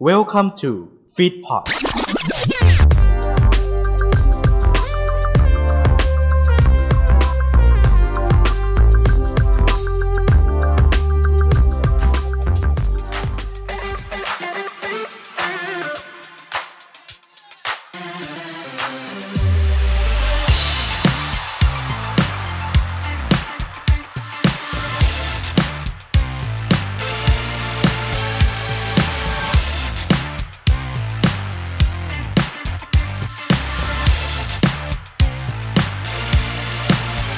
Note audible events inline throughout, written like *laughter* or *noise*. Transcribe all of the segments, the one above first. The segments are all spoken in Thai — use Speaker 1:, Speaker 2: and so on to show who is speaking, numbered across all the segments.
Speaker 1: Welcome to Feedpot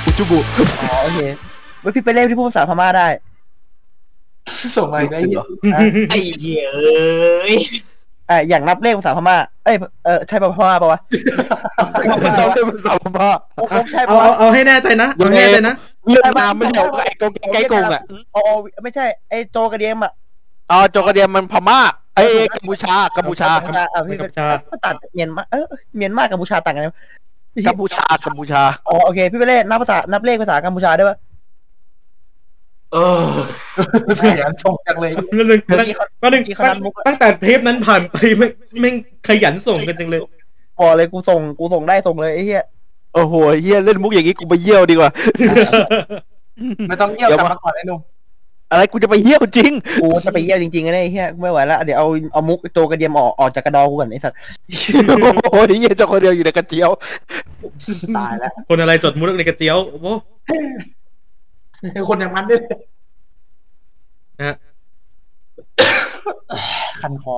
Speaker 2: อุจุบุ
Speaker 3: อ๋อโอเคเว้ยพี่ไปเล่นที่พูดภาษาพม่าได้
Speaker 4: ส่งมาอีกแล้ว
Speaker 2: เหรอ
Speaker 3: อ่ะ
Speaker 5: ไอ้เหี้ยเอ้ย
Speaker 3: อ่ะอย่างนับเลขภาษาพม่า เอ้ยเออใช่ปะพม่าปะวะ
Speaker 2: เราเป็นภาษาพม่า
Speaker 3: โอ้โหใช่
Speaker 6: เอา
Speaker 3: ปะวะ
Speaker 6: เอาเอาให้แน่ใจนะเอาให้แน่ใจนะ
Speaker 2: เรื่องนามไม่ใช่ไอ้กงไก่กงอ่ะ
Speaker 3: โอ้โหไม่ใช่ไอ้โจกระเดียมอ่ะ
Speaker 2: อ๋อจกกระเดียมมันพม่าไอ้กัมพูชากัมพูชา
Speaker 3: อ่ะพี่
Speaker 6: กัมพูชา
Speaker 3: ก็ตัดเมียนมาเออเมียนมากัมพูชาต่างกันไหม
Speaker 2: กัมพูชากัมพูชา
Speaker 3: อ๋อโอเคพี่ไปเล่นนับภาษานับเลขภาษากัมพูชาได้ปะ
Speaker 5: เออ
Speaker 4: เสียงส่งจังเลย
Speaker 6: นั่นหนึ่งนั่น
Speaker 3: ที่เขา
Speaker 6: นั่นหนึ่ง
Speaker 3: ที่เขานัดมุก
Speaker 6: ตั้งแต่เทปนั้นผ่านไปไม่ไม่งขยันส่งกันจัง
Speaker 3: *laughs*
Speaker 6: เลย
Speaker 3: บอกเลยกูส่งกูส่งได้ส่งเลยไอ้เหี้ย
Speaker 2: โอ้โหเฮียเล่นมุกอย่างนี้กูไปเยี่ยวดีกว่า
Speaker 4: ไม่ต้องเงียบ
Speaker 2: เดี๋ยว
Speaker 4: กลับ
Speaker 2: มา
Speaker 4: มาก่อนไอ้หนุ่ม
Speaker 2: อะไรกูจะไปเยี่ยวจริง
Speaker 3: กูจะไปเยี่ยจริงๆนะเนี่ยไอ้เหี้ยกูไม่ไหวละเดี๋ยวเอาเอามุกโจกระเดียมออกออกจากกระดองกูก่อนไอ้สัตว์
Speaker 2: โอ้โหเฮียเจ้าคนเดียวอยู่ในกระเจียว
Speaker 3: ตายแล้ว
Speaker 6: คนอะไรจดมุกในกระเจียวโอ้โห
Speaker 4: คนอย่างมันด้วย
Speaker 6: นะฮะ
Speaker 4: คันคอ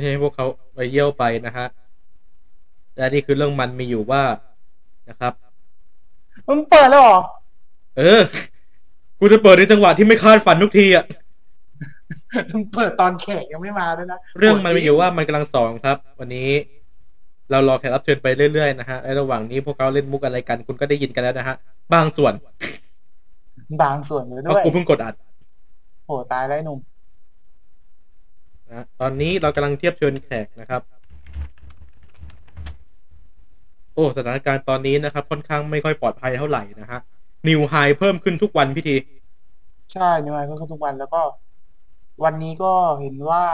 Speaker 6: ให้พวกเขาไปเยี่ยวไปนะฮะและนี่คือเรื่องมันมีอยู่ว่านะครับ
Speaker 4: มึงเปิดแล้วเหรอ
Speaker 6: เออ กูจะเปิดในจังหวะที่ไม่คาดฝันทุกทีอะ
Speaker 4: มึงเปิดตอนแขกยังไม่มาด้วยนะ
Speaker 6: เรื่องมันมีอยู่ว่ามันกำลังสองครับ วันนี้ เรารอแขกรับเชิญไปเรื่อยๆนะฮะและระหว่างนี้พวกเขาเล่นมุกอะไรกัน คุณก็ได้ยินกันแล้วนะฮะบางส่วน
Speaker 4: บางส่วนเลย
Speaker 6: เพ
Speaker 4: ด้
Speaker 6: ราะ
Speaker 4: วย
Speaker 6: กูเพิ่งกดอัด
Speaker 4: โหตายแล้วไอ้หนุ่ม
Speaker 6: นะตอนนี้เรากำลังเทียบเชิญแขกนะครับ โอ้สถานการณ์ตอนนี้นะครับ ค่อนข้างไม่ค่อยปลอดภัยเท่าไหร่นะฮะนิวไฮเพิ่มขึ้นทุกวันพี่ที
Speaker 4: ใช่นี่มาเพิ่งเข้าทุกวันแล้วก็ วันนี้ก็เห็นว่า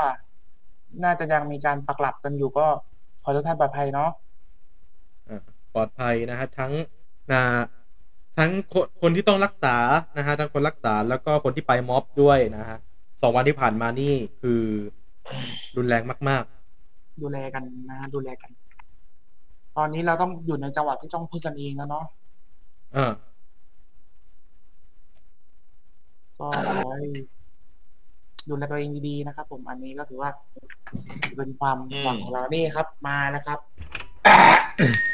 Speaker 4: น่าจะยังมีการปักหลักกันอยู่ก็ ขอทุกท่านปลอดภัยเนาะ
Speaker 6: ปลอดภัยนะฮะทั้งนะทั้งคนคนที่ต้องรักษานะฮะทั้งคนรักษาแล้วก็คนที่ไปม็อบด้วยนะฮะสองวันที่ผ่านมานี่คือรุนแรงมาก
Speaker 4: ดูแลกันนะดูแลกัน ตอนนี้เราต้องอยู่ในจังหวะที่ต้องพึ่งกันเองแล้วเนาะ
Speaker 6: ๆ เออ
Speaker 4: ก็ขอให้ดูแลตัวเองดีๆนะครับ ผมอันนี้ก็ถือว่า เป็นความหวังของเรานี่ครับ มาแล้วครับ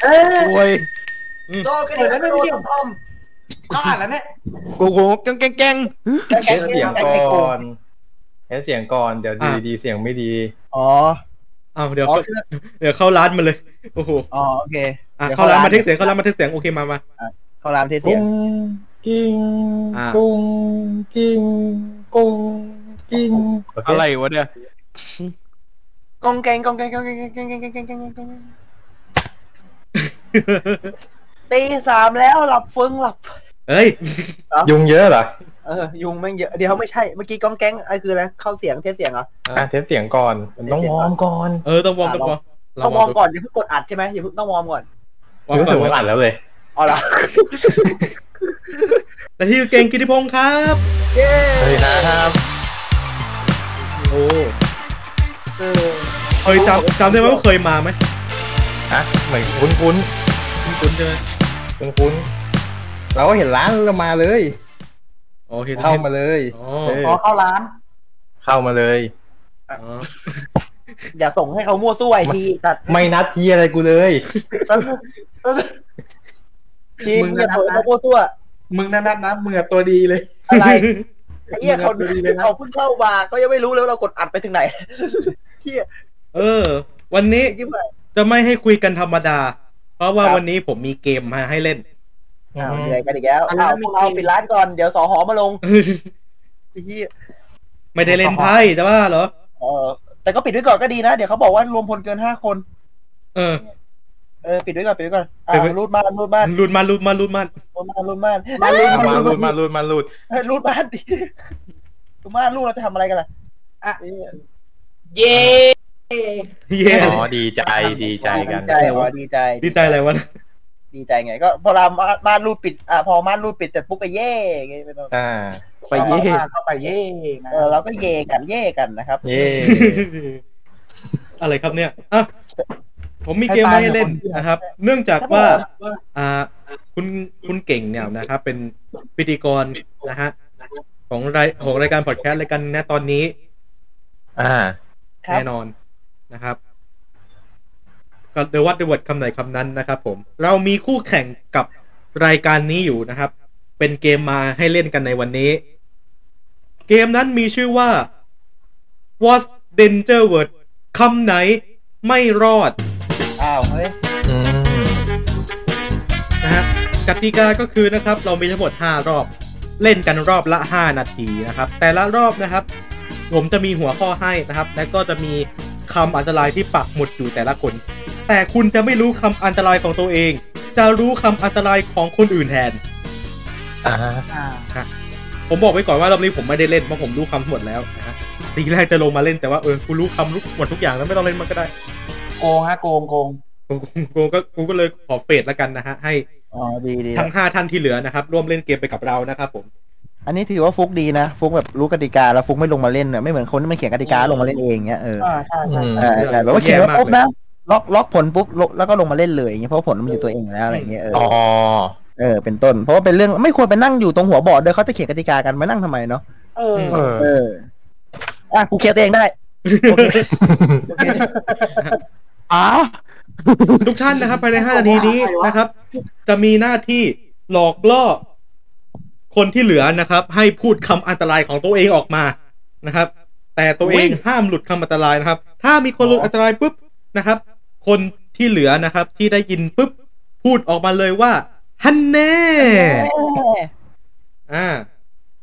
Speaker 4: เออ
Speaker 2: โอ้ย
Speaker 5: โตกัน
Speaker 4: เปิดแล้วด้วยพี่อมต้องอ่านแล้วเนี่ย
Speaker 2: โอ้โหแกงแกง
Speaker 3: แค่
Speaker 7: เสียงก่อนเห็นเสียงก่อน เดี๋ยวดี
Speaker 6: อ่ะ
Speaker 7: ดีเสียงไม่ดี
Speaker 3: อ๋อ
Speaker 6: เอาเดี๋ยว
Speaker 3: อ๋อ
Speaker 6: เข้า
Speaker 3: คือ
Speaker 6: เดี๋ยวเข้าร้านมาเลยโอ้โห
Speaker 3: อ๋อโอเค
Speaker 6: อ่ะ
Speaker 3: เดี๋ยว
Speaker 6: เข้า
Speaker 3: เข้า
Speaker 6: ร้าน
Speaker 3: ร้าน
Speaker 6: มาเทคเสียงเข้าร้านมาเทคเสียงโอเคมามา
Speaker 3: เขารามเทเสียง
Speaker 7: กุ้งกิ้ง
Speaker 6: อ่ะ
Speaker 7: กุ้งกิ้งกุ้งกิ้งโอเค
Speaker 2: อะไรวะเนี่ย
Speaker 4: กองแกงกองแกงกองแกงกองแกงกองแกงกองแกงกองแกง
Speaker 3: ตีสามแล้วหลับฟึงหลับ
Speaker 6: เอ้ย
Speaker 7: ยุงเยอะเหรอ
Speaker 3: เออ ยุงแม่งเยอะ เดี๋ยวไม่ใช่ เมื่อกี้ก้องแก๊งอะไรคืออะไรเข้าเสียงเทสเสียงเหรอ
Speaker 7: อ่ะเทปเสียงก่อนมันต้อง
Speaker 3: เทปเสี
Speaker 7: วย
Speaker 3: งก่
Speaker 7: อ
Speaker 3: อน
Speaker 7: ร์มก่อน
Speaker 6: เออต้องวอร์มต้องวอร์ม
Speaker 3: ต้องวอร์ม
Speaker 6: ดู
Speaker 3: ก่อนอย่าเพิ่งกดอัดใช่ไหมอย่าเพิ่งต้องวอร์มก่อน
Speaker 6: วอร์ม
Speaker 7: รู้สึก
Speaker 6: ก่อ
Speaker 7: ว่านอ่านแล้วเลย
Speaker 3: เอาละ
Speaker 6: แต่ที่เก่งกิติพงศ์ครับ
Speaker 3: เย้
Speaker 7: เฮ้ยนะครับ
Speaker 6: โอ้
Speaker 3: เออ
Speaker 6: เคยจำจำได้ไหมว่าเคยมาไหม
Speaker 7: อ่ะเหมือนคุ้นคุ้น
Speaker 6: คุ้นๆใช่ไหม
Speaker 7: คุ้นคุ้นๆเราก็เห็นร้านเรามาเลย
Speaker 6: อ๋อเห็น
Speaker 7: เข้า
Speaker 6: ห็
Speaker 7: มา
Speaker 6: น
Speaker 7: เลย
Speaker 6: อ๋อ
Speaker 7: เออ
Speaker 4: ขอเข้าร้าน
Speaker 7: เข้ามาเลย
Speaker 6: อ๋อ
Speaker 3: อย่าส่งให้เขามั่วซั่วไอ้ทีจัด
Speaker 7: ไม่นัดทียอะไรกูเลย
Speaker 3: ทีมอย่าส่งให้เขามั่วซั่ว
Speaker 4: มึงนั่นนัดนะมึงอะตัวดีเลย
Speaker 3: อะไรไอ้เหี้ย
Speaker 4: มึง
Speaker 3: เขา
Speaker 4: ดูดีเลยนะ
Speaker 3: เขาเพิ่งเข้ามาเขายังไม่รู้เลยว่าเรากดอัดไปถึงไหนเหี้ย
Speaker 6: เออ วันนี้
Speaker 3: ไอ้ยิ้มไป
Speaker 6: จะไม่ให้คุยกันธรรมดา เพราะว่าวันนี้ผมมีเกมมาให้เล่น *laughs*
Speaker 3: อ้าวเหนื่อยกันอีกแล้วอ้าวพวกเราปิดร้านก่อนเดี๋ยวสอหอมาลงไอ้เหี้ย
Speaker 6: ไม่ได้เล่นไพ่แต่ว่าเหรอ
Speaker 3: เออแต่ก็ปิดไว้ก่อนก็ดีนะเดี๋ยวเขาบอกว่ารวมพลเกินห้าคน
Speaker 6: เออ
Speaker 3: เออปิดไว้ก่อนปิดไว้ก่อนอ่า
Speaker 6: ปิดไว้
Speaker 3: รูดม่านรูดม่าน
Speaker 6: รุนมารุนมารุนมา
Speaker 3: รูดม่านรูดม่าน
Speaker 4: มาเลย
Speaker 7: มาลุดมาลุดมาลุด
Speaker 3: *laughs* เฮ้ยรูดม่านดิรูดม่านลูกเราจะทำอะไรกันล่ะ
Speaker 4: อ่ะ
Speaker 8: เย้
Speaker 6: เย่
Speaker 9: อ๋อดีใจดีใจกัน
Speaker 2: ดีใจว่าดีใจ
Speaker 6: ดีใจอะไรวะ
Speaker 2: ดีใจไงก็พอเรามาม่านรูดปิดอ่ะพอม่านรูดปิดเสร็จปุ๊บก็เย่ไงเป็นแบบ
Speaker 9: อ่า
Speaker 3: ไปเย่เข้าไปเย่นะ
Speaker 2: เออเราก็เย่กันเย่กันนะครับ
Speaker 9: เย่
Speaker 6: อะไรครับเนี่ยอ่ะผมมีเกมมาให้เล่นนะครับ เนื่องจากว่า อ่า คุณคุณเก่งเนี่ยนะครับ เป็นพิธีกรนะฮะของรายของรายการพอดแคสต์รายการนะตอนนี้
Speaker 9: อ่า
Speaker 2: ครับ
Speaker 6: แน่นอนนะครับก็เดวัดเดวัดคำไหนคำนั้นนะครับ ผม เรามีคู่แข่งกับรายการนี้อยู่นะครับ เป็นเกมมาให้เล่นกันในวันนี้ เกมนั้นมีชื่อว่า What's Danger Word คำไหนไม่รอด
Speaker 2: อ้าวเฮ้ย
Speaker 9: อืม
Speaker 6: นะฮะกติกาก็คือนะครับ เรามีทั้งหมด 5 รอบ เล่นกันรอบละ 5 นาทีนะครับ แต่ละรอบนะครับ ผมจะมีหัวข้อให้นะครับ และก็จะมีคำอันตรายที่ปักหมุดอยู่แต่ละคน แต่คุณจะไม่รู้คำอันตรายของตัวเอง จะรู้คำอันตรายของคนอื่นแทน
Speaker 9: อ่า
Speaker 3: อ่า
Speaker 6: ผมบอกไว้ก่อนว่ารอบนี้ผมไม่ได้เล่นเพราะผมรู้คำหมดแล้วนะฮะทีแรกจะลงมาเล่นแต่ว่าเออกูรู้คำรู้หมดทุกอย่างแล้วไม่ต้องเล่นมันก็ได้
Speaker 3: โกงฮะโกงโกง
Speaker 6: กูกูก็กูก็เลยขอเฟดแล้วกันนะฮะให้
Speaker 2: อ๋อดีดี
Speaker 6: ทั้งห้าท่านที่เหลือนะครับร่วมเล่นเกมไปกับเรานะครับผม
Speaker 2: อันนี้ถือว่าฟุกดีนะ ฟุกแบบรู้กติกาแล้วฟุกไม่ลงมาเล่นเนี่ยไม่เหมือนคนที่มันเขียนกติกาลงมาเล่นเองเงี้ยเออ
Speaker 3: อ่าใช่ใช่
Speaker 2: เออแต่แบบว่า
Speaker 6: แย่
Speaker 2: เขียนไว้
Speaker 6: มากเลย
Speaker 2: ปุ๊บนะล็อกล็อกผลปุ๊บล็อกแล้วก็ลงมาเล่นเลยอย่างเงี้ยเพราะผลมันอยู่ตัวเองอยู่แล้วอะไรเงี้ยเออ
Speaker 9: อ๋อ
Speaker 2: เออเป็นต้นเพราะว่าเป็นเรื่องไม่ควรไปนั่งอยู่ตรงหัวบอร์ดเลยเขาจะเขียนกติกากันมานั่งทำไมเนาะ
Speaker 3: เออ
Speaker 9: เออ
Speaker 2: เออ อ่ะ กูเคลียร์ตัวเองได้ โอเค
Speaker 6: *laughs*
Speaker 9: อ้า
Speaker 6: ทุกท่านนะครับภายใน 5 นาทีนี้นะครับ จะมีหน้าที่หลอกล่อคนที่เหลือนะครับ ให้พูดคำอันตรายของตัวเองออกมานะครับ แต่ตัวเองห้ามหลุดคำอันตรายนะครับ ถ้ามีคนหลุดอันตรายปุ๊บนะครับ คนที่เหลือนะครับ ที่ได้ยินปุ๊บพูดออกมาเลยว่าฮันแน่อ่า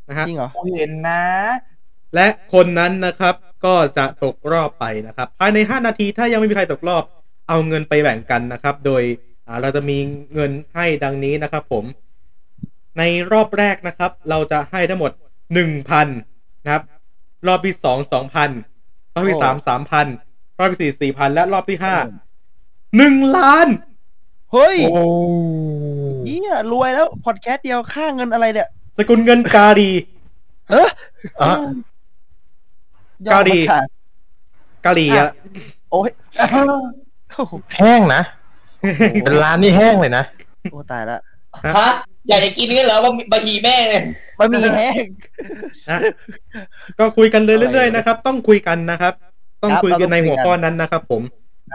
Speaker 6: นะฮะ
Speaker 2: จริงเหรอ
Speaker 3: เห็นนะ
Speaker 6: และคนนั้นนะครับ ก็จะตกรอบไปนะครับ ภายใน 5 นาทีถ้ายังไม่มีใครตกรอบ เอาเงินไปแบ่งกันนะครับ โดยอ่าเราจะมีเงินให้ดังนี้นะครับผม ในรอบแรกนะครับ เราจะให้ทั้งหมดหนึ่งพันนะครับ รอบที่สองสองพันรอบที่สามสามพันรอบที่สี่สี่พันและรอบที่ห้าหนึ่งล้าน
Speaker 2: เฮ้ยเฮียรวยแล้ว พอดแคสต์เดียวค่าเงินอะไรเนี่ย
Speaker 6: สกุลเงินกาดี
Speaker 2: เฮ้ยอ
Speaker 9: อ่ะ
Speaker 2: ด
Speaker 6: เกาหลี
Speaker 2: คนขย
Speaker 6: กาหลีอะ
Speaker 2: โอ้ยโอ้โห
Speaker 9: แห้งนะ เป็นร้านนี่แห้งเลยนะ
Speaker 2: โอ้ตายละ
Speaker 8: ฮะอยากจะกินนี่เหรอบะหมี่แม่เนี่ย
Speaker 2: บะหมี่แห้ง
Speaker 6: นะก็คุยกันเลยเรื่อยๆนะครับ ต้องคุยกันนะครับ ต้องคุยกันในหัวข้อนั้นนะครับผม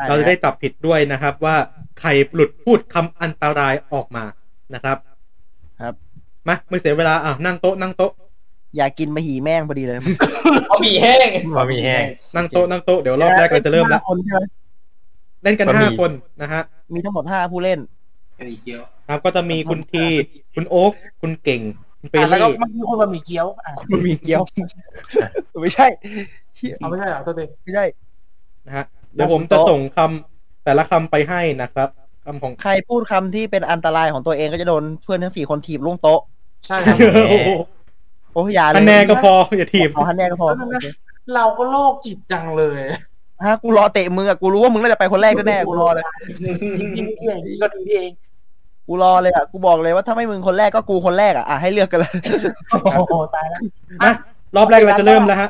Speaker 6: เราจะได้จับผิดด้วยนะครับ ว่าใครหลุดพูดคำอันตรายออกมานะครับ
Speaker 2: ครับ
Speaker 6: มาไม่เสียเวลาอ่ะนั่งโต๊ะนั่งโต๊ะ
Speaker 2: อยากกินบะหมี่แม่งพอดีเลย
Speaker 8: เอาหมี่แห้ง
Speaker 9: บะหมี่แห้ง
Speaker 6: นั่งโต๊ะนั่งโต๊ะเดี๋ยวรอบแรกเราจะเริ่มแล้ว
Speaker 2: ห้าคนใช่ไหม
Speaker 6: เล่นกัน
Speaker 9: บะหมี่
Speaker 6: ห้าคนนะฮะ
Speaker 2: มีทั้งหมดห้าผู้เล่น
Speaker 6: ครับ ก็จะมีคุณทีคุณโอ๊คคุณเก่ง คุณเป
Speaker 3: อ่ะแล้วก็
Speaker 6: รี้
Speaker 3: มันมีคนบะหมี่เกี๊ยว อ่ะ
Speaker 6: คุณมี
Speaker 2: *laughs* เกี๊ยว ไม่ใช่เหี้ย
Speaker 3: เอาไม่ใช่เหรอตัวเอง
Speaker 2: ไม่ใช่
Speaker 6: นะฮะเดี๋ยวผมจะส่งคำแต่ละคำไปให้นะครับคำของ
Speaker 2: ใครพูดคำที่เป็นอันตรายของตัวเองก็จะโดนเพื่อนทั้งสี่คนถีบล่วงโต๊ะ
Speaker 3: ใช่ครับ
Speaker 6: โอ้โห
Speaker 2: โอ้ยอยาเลย
Speaker 6: คะแนนก็พออย่าทีม
Speaker 2: เอาคะแนนก็พอ
Speaker 3: แล้วมันก็ เราก็โลกจิตจังเลย
Speaker 2: ฮะกูรอเตะมือะกูรู้ว่ามึงน่าจะไปคนแรกแน่ๆกูรอเลย
Speaker 3: พี่เองพี่ก็ดูพี่เอง
Speaker 2: กูรอเลยอ่ะ กูบอกเลยว่าถ้าไม่มึงคนแรกก็กูคนแรกอ่ะ อ่ะให้เลือกกันเลย *laughs*
Speaker 3: โอ้โหตายแล้ว
Speaker 6: นะรอบแรกเราจะเริ่มแล้วฮะ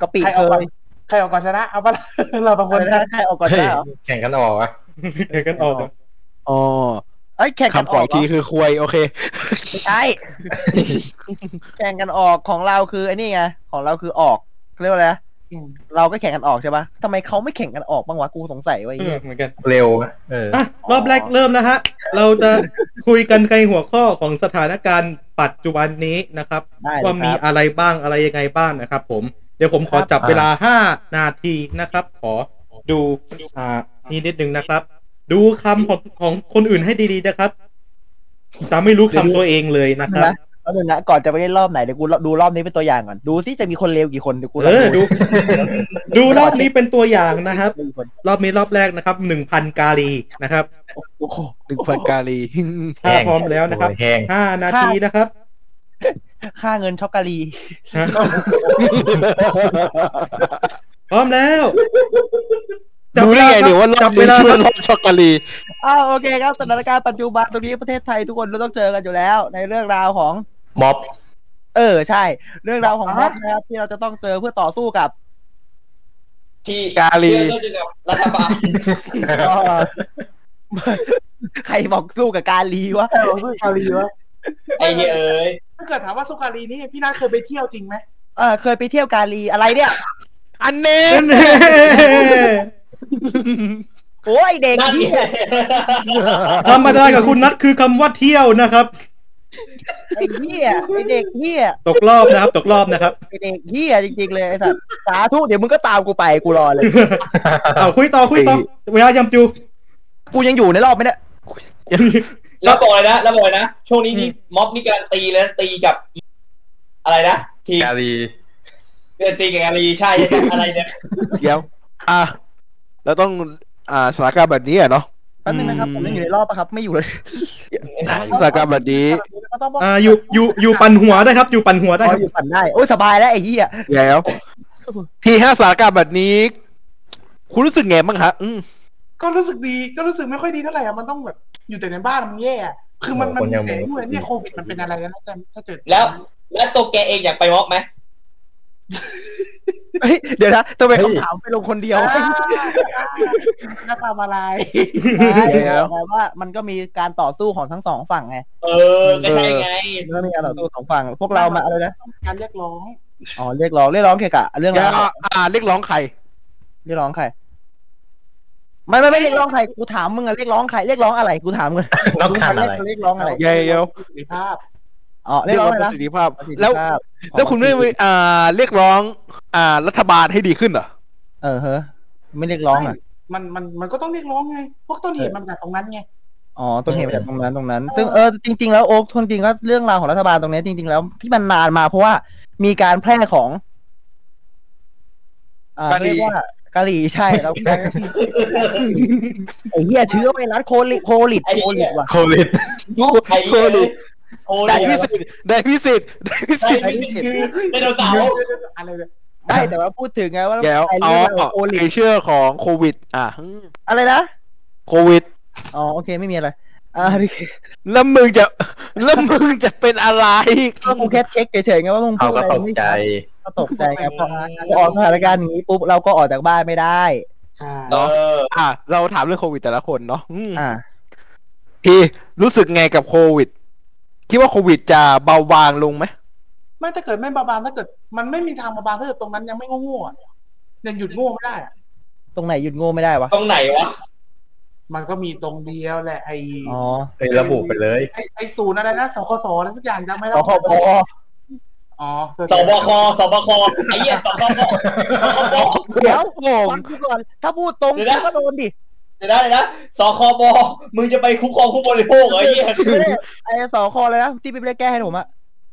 Speaker 2: กะปิ
Speaker 3: ใคร
Speaker 2: เค
Speaker 3: เอาก่อน
Speaker 2: ย
Speaker 3: ใครเอาก่อนชนะเอาปะ *laughs* ล่ะเราบาง
Speaker 2: ค
Speaker 3: คน น
Speaker 2: แรกใครออกก่อน
Speaker 9: เฮ้ย
Speaker 2: ได้เหรอ
Speaker 9: แข่งกันออกอะ
Speaker 6: เดี๋ยวกันออกนะ
Speaker 2: อ๋อไอ้ยแข่งกัน
Speaker 9: คำ
Speaker 2: อ
Speaker 9: ปล่
Speaker 2: อ
Speaker 9: อย
Speaker 2: ก
Speaker 9: ที
Speaker 2: เหรอ
Speaker 9: คือควย โอเค
Speaker 2: ไม่ใช่
Speaker 6: *laughs*
Speaker 2: แข่งกันออกของเราคือไอ้นี่ไง ของเราคือออกเขาเรียกว่าอะไรนะ
Speaker 3: อืม
Speaker 2: เราก็แข่งกันออกใช่ปะทำไมเขาไม่แข่งกันออกบ้างวะ กูสงสัยว่าไอ้
Speaker 6: เอ
Speaker 2: เหี้
Speaker 6: อย เหมือนกัน
Speaker 9: เร็วอะเออ
Speaker 6: อ่ะรอบแรกเริ่มแล้วฮะ เราจะคุยกันในหัวข้อของสถานการณ์ปัจจุบันนี้นะครับ
Speaker 2: ได้เลย
Speaker 6: ว่ามี
Speaker 2: ครับ
Speaker 6: อะไรบ้างอะไรยังไงบ้างนะครับผม เดี๋ยวผมขอจับ
Speaker 9: ครับ
Speaker 6: เวลาห้านาทีนะครับ ขอดูอ่านี่นิดนึงนะครับ ดูคำของของคนอื่นให้ดีๆนะครับจะไม่รู้คำตัวเองเลยนะครับ
Speaker 2: แล้วเดี๋ยวนะ ก่อนจะไปเล่นรอบไหนเดี๋ยวกูดูรอบนี้เป็นตัวอย่างก่อน ดูซิจะมีคนเลวกี่คนเดี๋ยวกูล
Speaker 6: เอ
Speaker 2: อง *laughs*
Speaker 6: อดูดูรอบนี้เป็นตัวอย่างนะครับ รอบนี้รอบแรกนะครับหนึ่งพันกาลีนะครับ
Speaker 2: โอ้โห
Speaker 7: ตึกพันกาลี
Speaker 6: ถ้าพร้อมแล้วนะครับ
Speaker 9: แห้ง
Speaker 6: ห้านาทีนะครับ
Speaker 2: ค่าเงินช็อกโกแลี
Speaker 6: ฮะพร้อมแล้ว
Speaker 9: ดูได้ไงเนี่ยว่า
Speaker 6: จั
Speaker 9: เรา
Speaker 6: บ
Speaker 9: เว
Speaker 6: เว
Speaker 9: ลา
Speaker 6: ลา
Speaker 9: ชื่อรอบช็อกโกแลต
Speaker 2: อ้าวโอเคครับสถานการณ์ปัจจุบันตรงนี้ประเทศไทยทุกคนเราต้องเจอกันอยู่แล้ว ในเรื่องราวของ
Speaker 9: ม็อบ
Speaker 2: เออใช่ เรื่องราวของม็อบนะครับที่เราจะต้องเจอเพื่อต่อสู้กับ
Speaker 8: ที่
Speaker 9: กาลี
Speaker 8: เรื่องเกี่ยวกับรัฐบาล
Speaker 2: ใครบอกสู้กับการลีวะ
Speaker 3: เออสู้ชาลีวะ
Speaker 8: ไอ้เหี้ยเอ้ย
Speaker 3: ถ้าเกิดถามว่าสุการีนี่พี่นัทเคยไปเที่ยวจริงไหม
Speaker 2: เออเคยไปเที่ยวกาลีอะไรเนี่ย
Speaker 9: อันเนี้
Speaker 6: อันนี้
Speaker 2: โอ้ยเด็ก
Speaker 8: นั่น
Speaker 2: เหี้ย
Speaker 8: ไง
Speaker 6: ธรรมดากับคุณนัทคือคำว่าเที่ยวนะครับ
Speaker 2: ไอ้เหี้ยไอ้เด็กเหี้ย
Speaker 6: ตกรอบนะครับ ตกรอบนะครับ
Speaker 2: ไอ้เด็กเหี้ยจริงๆเลยไอ้สัตว์สาธุเดี๋ยวมึงก็ตามกูไปกูรอเลย
Speaker 6: เอาคุยต่อคุยต่อเวลายำจู
Speaker 2: กูยังอยู่ในรอบไหมเนี่ย
Speaker 8: แล้วบอกเลยนะแล้วบอกเลยนะ ช่วงนี้นี่ม็อบนี่การตีแล้วตีกับ อะไรนะ ที
Speaker 9: กาลี
Speaker 8: เตีกับอารีใช่ใช่ใช่อะไรเนี่ย
Speaker 9: เดี๋ยว อ่ะเราต้องอ่าสถานการณ์แบบนี้อ่ะเนาะ
Speaker 2: แป๊บนึงนะครับผมยังอยู่ในรอบอะครับ ไม่อยู่เลย
Speaker 9: สถานการณ์แบบนี้
Speaker 2: ก็ต้องบอก
Speaker 6: อ่าอยู่อยู่อยู่ปั่นหัวได้ครับ อยู่ปั่นหัวได้
Speaker 2: อ๋
Speaker 6: ค
Speaker 2: อ
Speaker 6: รับ
Speaker 2: อยู่ปั่นได้โอ้ยสบายแล้วไอ้เหี้ย
Speaker 9: เดี๋ยวที่ห้าสถานการณ์แบบนี้ คุณรู้สึกไงบ้างฮะอืม
Speaker 3: ก็รู้สึกดีก็รู้สึกไม่ค่อยดีเท่าไหร่อะมันต้องแบบอยู่แต่ในบ้านมันแย่อะคือมันมัน
Speaker 10: คนยัง
Speaker 3: แต่
Speaker 10: มีรู้สึก
Speaker 3: ด้วยเนี่ยโควิดมันเป็นอะไรแล้วนะแต่ถ้าเกิด
Speaker 8: แล้ว แล้วตัวแกเองอยากไปม็อบไหม
Speaker 2: เฮ้ยเดี๋ยวนะทำไมคำถามไปลงคนเดียว
Speaker 3: นักทำอะไร
Speaker 2: ใช่
Speaker 9: เดี๋ยว
Speaker 2: แต่ว่ามันก็มีการต่อสู้ของทั้งสองฝั่งไง
Speaker 8: เออก็ใช่ไง
Speaker 2: มันก็มีการต่อสู้สองฝั่ง พวกเรามาอะไรนะ
Speaker 3: การเรียกร้อง
Speaker 2: อ๋อเรียกร้องเรียกร้องเกี่ยวกับเรื่อง
Speaker 9: อย่า
Speaker 2: อะไร
Speaker 9: อ่าเรียกร้องใคร
Speaker 2: เรียกร้องใคร ไม่ไม่ไม่เรียกร้องใครกูถามมึงอะเรียกร้องใครเรียกร้องอะไรกูถามมึง
Speaker 10: ต้องการอะไร
Speaker 2: เรียกร้องอะไร
Speaker 9: เดี๋ยว
Speaker 3: เสรีภาพ
Speaker 2: อ๋อเรียกร้องอะไร
Speaker 9: ประ
Speaker 2: นะ
Speaker 9: สิทธิภาพ
Speaker 2: ประสิทธิ
Speaker 9: แล้ว
Speaker 2: ภาพ
Speaker 9: แล้วคุณไม่อ่าเรียกร้อง อ่า รัฐบาลให้ดีขึ้นเหรอ
Speaker 2: เออเฮ้ยไม่เรียกร้องอ่ะ
Speaker 3: มันมันมันก็ต้องเรียกร้องไง พวกต้นเหตุมันจากตรงนั้นไง
Speaker 2: อ๋อต้นเหตุมาจากตรงนั้นตรงนั้น ซึ่งเออจริง ๆ แล้วโอ๊คจริงๆก็เรื่องราวของรัฐบาลตรงเนี้ยจริง ๆ แล้วที่มันนานมาเพราะว่ามีการแพร่ของอ่าก
Speaker 9: ะหรี่
Speaker 2: เรียกว่ากะหรี่ใช่แล้ว
Speaker 9: *laughs*
Speaker 2: ไอ้เหี้ยเชื้อไวรัสโคลิโคลิด
Speaker 8: ไอ้
Speaker 2: โค
Speaker 8: เหี้ย
Speaker 2: ลิดว่ะ
Speaker 10: โควิด
Speaker 8: ไอ้เหี้ยเอ้ยโอ้ย
Speaker 9: ได้พิสิทธิ์ได้พิสิทธิ์ได้พิสิทธิ์
Speaker 8: ไอ้นี่คือไดโนเสาร์
Speaker 3: อะไรแบบ
Speaker 2: ไม่แต่ว่าพูดถึงไงว่า
Speaker 9: แล้ว
Speaker 2: ไอ้
Speaker 9: อ๋อ
Speaker 2: เรื่องของโอลิ
Speaker 9: ไอเชื่อของโควิด อ่ะอืม
Speaker 2: อะไรนะ
Speaker 9: โควิด
Speaker 2: อ๋อ โอเคไม่มีอะไร อ่าโอเค
Speaker 9: แล้วมึงจะ แล้วมึงจะเป็นอะไร
Speaker 2: ก็คงแค่เช็คเฉยๆไงว่ามึง
Speaker 10: เขา
Speaker 2: พูด
Speaker 10: ก็
Speaker 2: อะไร
Speaker 10: ตก
Speaker 2: ไม่
Speaker 10: ใจ
Speaker 2: ใช่ก็ตกใจไงพอพอออกสถานการณ์อย่างนี้ปุ๊บเราก็ออกจากบ้านไม่ได้
Speaker 9: เนาะอ่ะเราถามเรื่องโควิดแต่ละคนเนาะอืม
Speaker 2: อ่า
Speaker 9: พี่รู้สึกไงกับโควิด คิดว่าโควิดจะเบาบางลงไหม
Speaker 3: ไม่ถ้าเกิดไม่บาบางถ้าเกิด มันไม่มีทางบาบางถ้าเกิดตรงนั้นยังไม่โง่ๆอะยังหยุดโง่ไม่ได้อะ
Speaker 2: ตรงไหนหยุดโง่ไม่ได้วะ
Speaker 8: ตรงไหนวะ
Speaker 3: มันก็มีตรงเดียวแหละ ไอ
Speaker 2: อ๋อ
Speaker 10: เอ้ยระบุไปเลย
Speaker 3: ไอ้ไอศูนย์อะไรนะสคสอะไรสักอย่างจำไม่ได้
Speaker 2: ขอขอบอ
Speaker 3: อ๋อ
Speaker 8: สบค สบค ไอ้เหี้ยสบค
Speaker 2: เดี๋ยว
Speaker 9: งง
Speaker 2: ฟังกูก่อน ถ้าพูดตรง
Speaker 8: เดี๋ยวนะ
Speaker 2: กูก็โดนดิ
Speaker 8: เดี๋ยวนะเดี๋ยวนะสคบ มึงจะไปคุ้มครองผู้บริโภคเหรอไอ้เหี้ย
Speaker 2: ไม่ได้ไอ้สคเลยนะที่พี่เล็กแก้ให้ผมอะ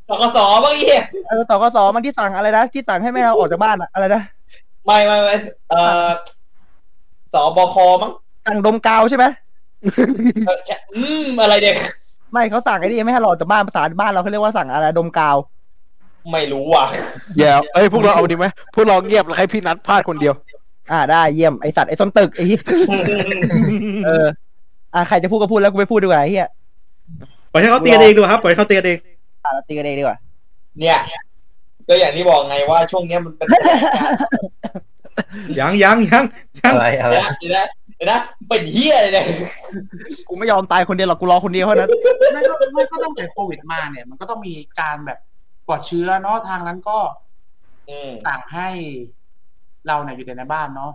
Speaker 8: สกสบ้างไอ้เหี้ย
Speaker 2: เออสคสมันที่สั่งอะไรนะที่สั่งให้ไม่เอาออกจากบ้านอะอะไรนะ
Speaker 8: ไม่ไม่ไม่เอ่อสบค มั้ง
Speaker 2: สั่งดมกาวใช่ไหม
Speaker 8: เอ่ออืม อะไรเนี่ย
Speaker 2: ไม่เขาสั่งไอ้นี่ไม่ให้เราออกจากบ้านภาษาบ้านเราเขาเรียกว่าสั่งอะไรดมกาว
Speaker 8: ไม่รู้ว่ะ *laughs*
Speaker 9: เดี๋ยวเอ้ยพวกเราเอาดีไหมพวกเราเงียบแล้วให้พี่นัทพลาดคนเดียว
Speaker 2: อ่าได้เยี่ยมไอสัตว์ไอส้นตึกไอเหี้ยเออ อ่าใครจะพูดก็พูดแล้วกูไม่พูดดีกว่าไอ้เฮีย
Speaker 6: ปล่อยให้เขาเตียนเองดูครับปล่อยให้เขาเตียนเอง
Speaker 2: อ่ะเราตีกันเองดีกว่า
Speaker 8: เนี่ย ก็อย่างที่บอกไงว่าช่วงเนี้ยมันเป็น
Speaker 6: ยังยังยัง
Speaker 10: อะไรอะไร
Speaker 8: เดี๋ยวนะเดี๋ยวนะเดี๋ยวนะเป็นเหี้ยอะไรเนี่ย
Speaker 2: กูไม่ยอมตายคนเดียวหรอกกูรอคนเดียวเท่านั้น
Speaker 3: ไม่ก็ไม่ก็ตั้งแต่โควิดมาเนี่ย มันก็ต้องมีการแบบปลอดเชื้อเนาะทางนั้นก็
Speaker 8: อืม
Speaker 3: สั่งให้เราเนี่ยอยู่แต่ในบ้านเนาะ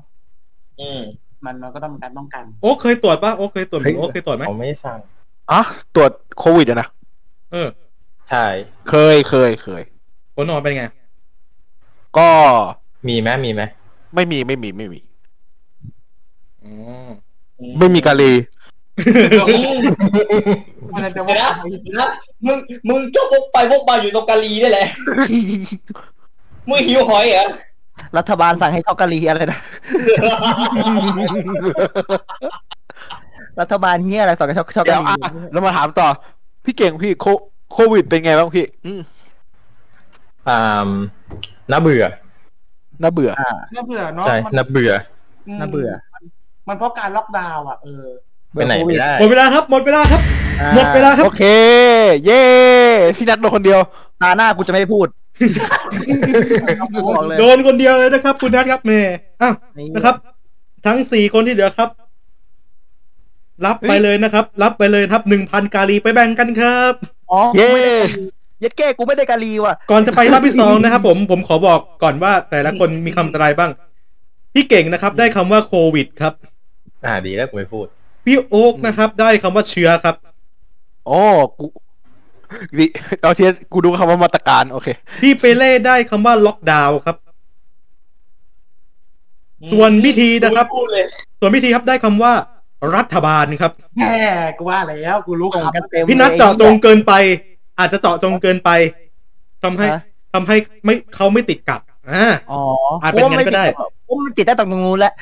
Speaker 8: อืม
Speaker 3: มันมันก็ต้องมีการป้องกัน
Speaker 6: โอ้เคยตรวจปะโอ้เคยตรวจไหม
Speaker 10: เฮ้ย
Speaker 6: โอ้เคยตรวจไหม
Speaker 10: ผมไม่สั่ง
Speaker 9: อ่ะตรวจโควิดอะนะ
Speaker 6: เออ
Speaker 10: ใช่
Speaker 9: เคยเคยเคย
Speaker 6: ผลออกมาเป็นไง
Speaker 9: ก็
Speaker 10: มีไหมมีไหม
Speaker 9: ไม่มีไม่มีไม่มี
Speaker 6: อ๋อ
Speaker 9: ไม่มีกาลี
Speaker 3: มันจะ
Speaker 8: เดี๋ยว
Speaker 3: ว่า
Speaker 8: นะเดี๋ยวนะมึง มึงก็พกไปพกมาอยู่ตรงกะลีนี่แหละ มึงหิวหอยเหรอ
Speaker 2: รัฐบาลสั่งให้ช็อกโกแลตอะไร
Speaker 9: *laughs*
Speaker 2: นะรัฐบาลเฮียอะไรสั่งให้ช็อกช็อกโก
Speaker 9: เดี๋ยว
Speaker 2: แล
Speaker 9: อ่ะ
Speaker 2: ต
Speaker 9: เรามาถามต่อ พี่เก่งพี่โคโควิดเป็นไงบ้างพี่ อืม
Speaker 10: อ่ามน่าเบื่อ
Speaker 9: น่าเบื่อ
Speaker 3: น่าเบื่อเนาะ
Speaker 10: ใช่
Speaker 3: มัน
Speaker 10: น่าเบื่อ
Speaker 3: ม
Speaker 2: น่าเบื่อ
Speaker 3: มันเพราะการล็อกดาวน์อ่ะเออ
Speaker 10: ไปไหนไม่ได้
Speaker 6: หมดเวลาครับหมดเวลาครับ
Speaker 2: อ่า
Speaker 6: หมดเวลาครับ
Speaker 9: โอเค เย้ พี่นัดโดนคนเดียว
Speaker 2: ตาหน้ากูจะไม่พูด *laughs* บอกเลย
Speaker 6: โดนคนเดียวเลยนะครับ คุณนัทครับแหม่อ้าวนะครับ ทั้งสี่คนที่เหลือครับ รับไปเลยนะครับ รับไปเลยครับหนึ่งพันกาลีไปแบ่งกันครับ
Speaker 2: อ๋อ
Speaker 9: เย้
Speaker 2: เย็ดเก้กูไม่ได้กาลีว่ะ
Speaker 6: ก่อนจะไปรอบที่สองนะครับ ผมผมขอบอกก่อนว่าแต่ละคนมีคำอะไรบ้าง พี่เก่งนะครับ ได้คำว่าโควิดครับ
Speaker 10: อ่า ดีแล้วกูไม่พูด
Speaker 6: พี่โอ๊กนะครับ ได้คำว่าเชื้อครับ
Speaker 9: โอ้กูดิเอาเทียสกูดูคำว่ามาตรการ โอเค
Speaker 6: พี่เปเล่ได้คำว่าล็อกดาวน์ครับ ส่วนพิธีนะครับ
Speaker 8: พูดเลย
Speaker 6: ส่วนพิธีครับได้คำว่า รัฐบาลครับ
Speaker 3: แหมกูว่าแล้วกูรู้
Speaker 2: ส่ง
Speaker 3: คำ
Speaker 2: กันเต็ม
Speaker 6: พี่นัท
Speaker 2: ลย
Speaker 6: เจาะจงเกินไป อาจจะเจาะจงเกินไปทำให้
Speaker 2: ฮะ
Speaker 6: ทำให้ไม่เขาไม่ติดกับอ่า
Speaker 2: อ๋อ
Speaker 6: อาจเป็นอย่างนั้นก็ได้
Speaker 2: ผมนติดได้ตรงนู้นแหละ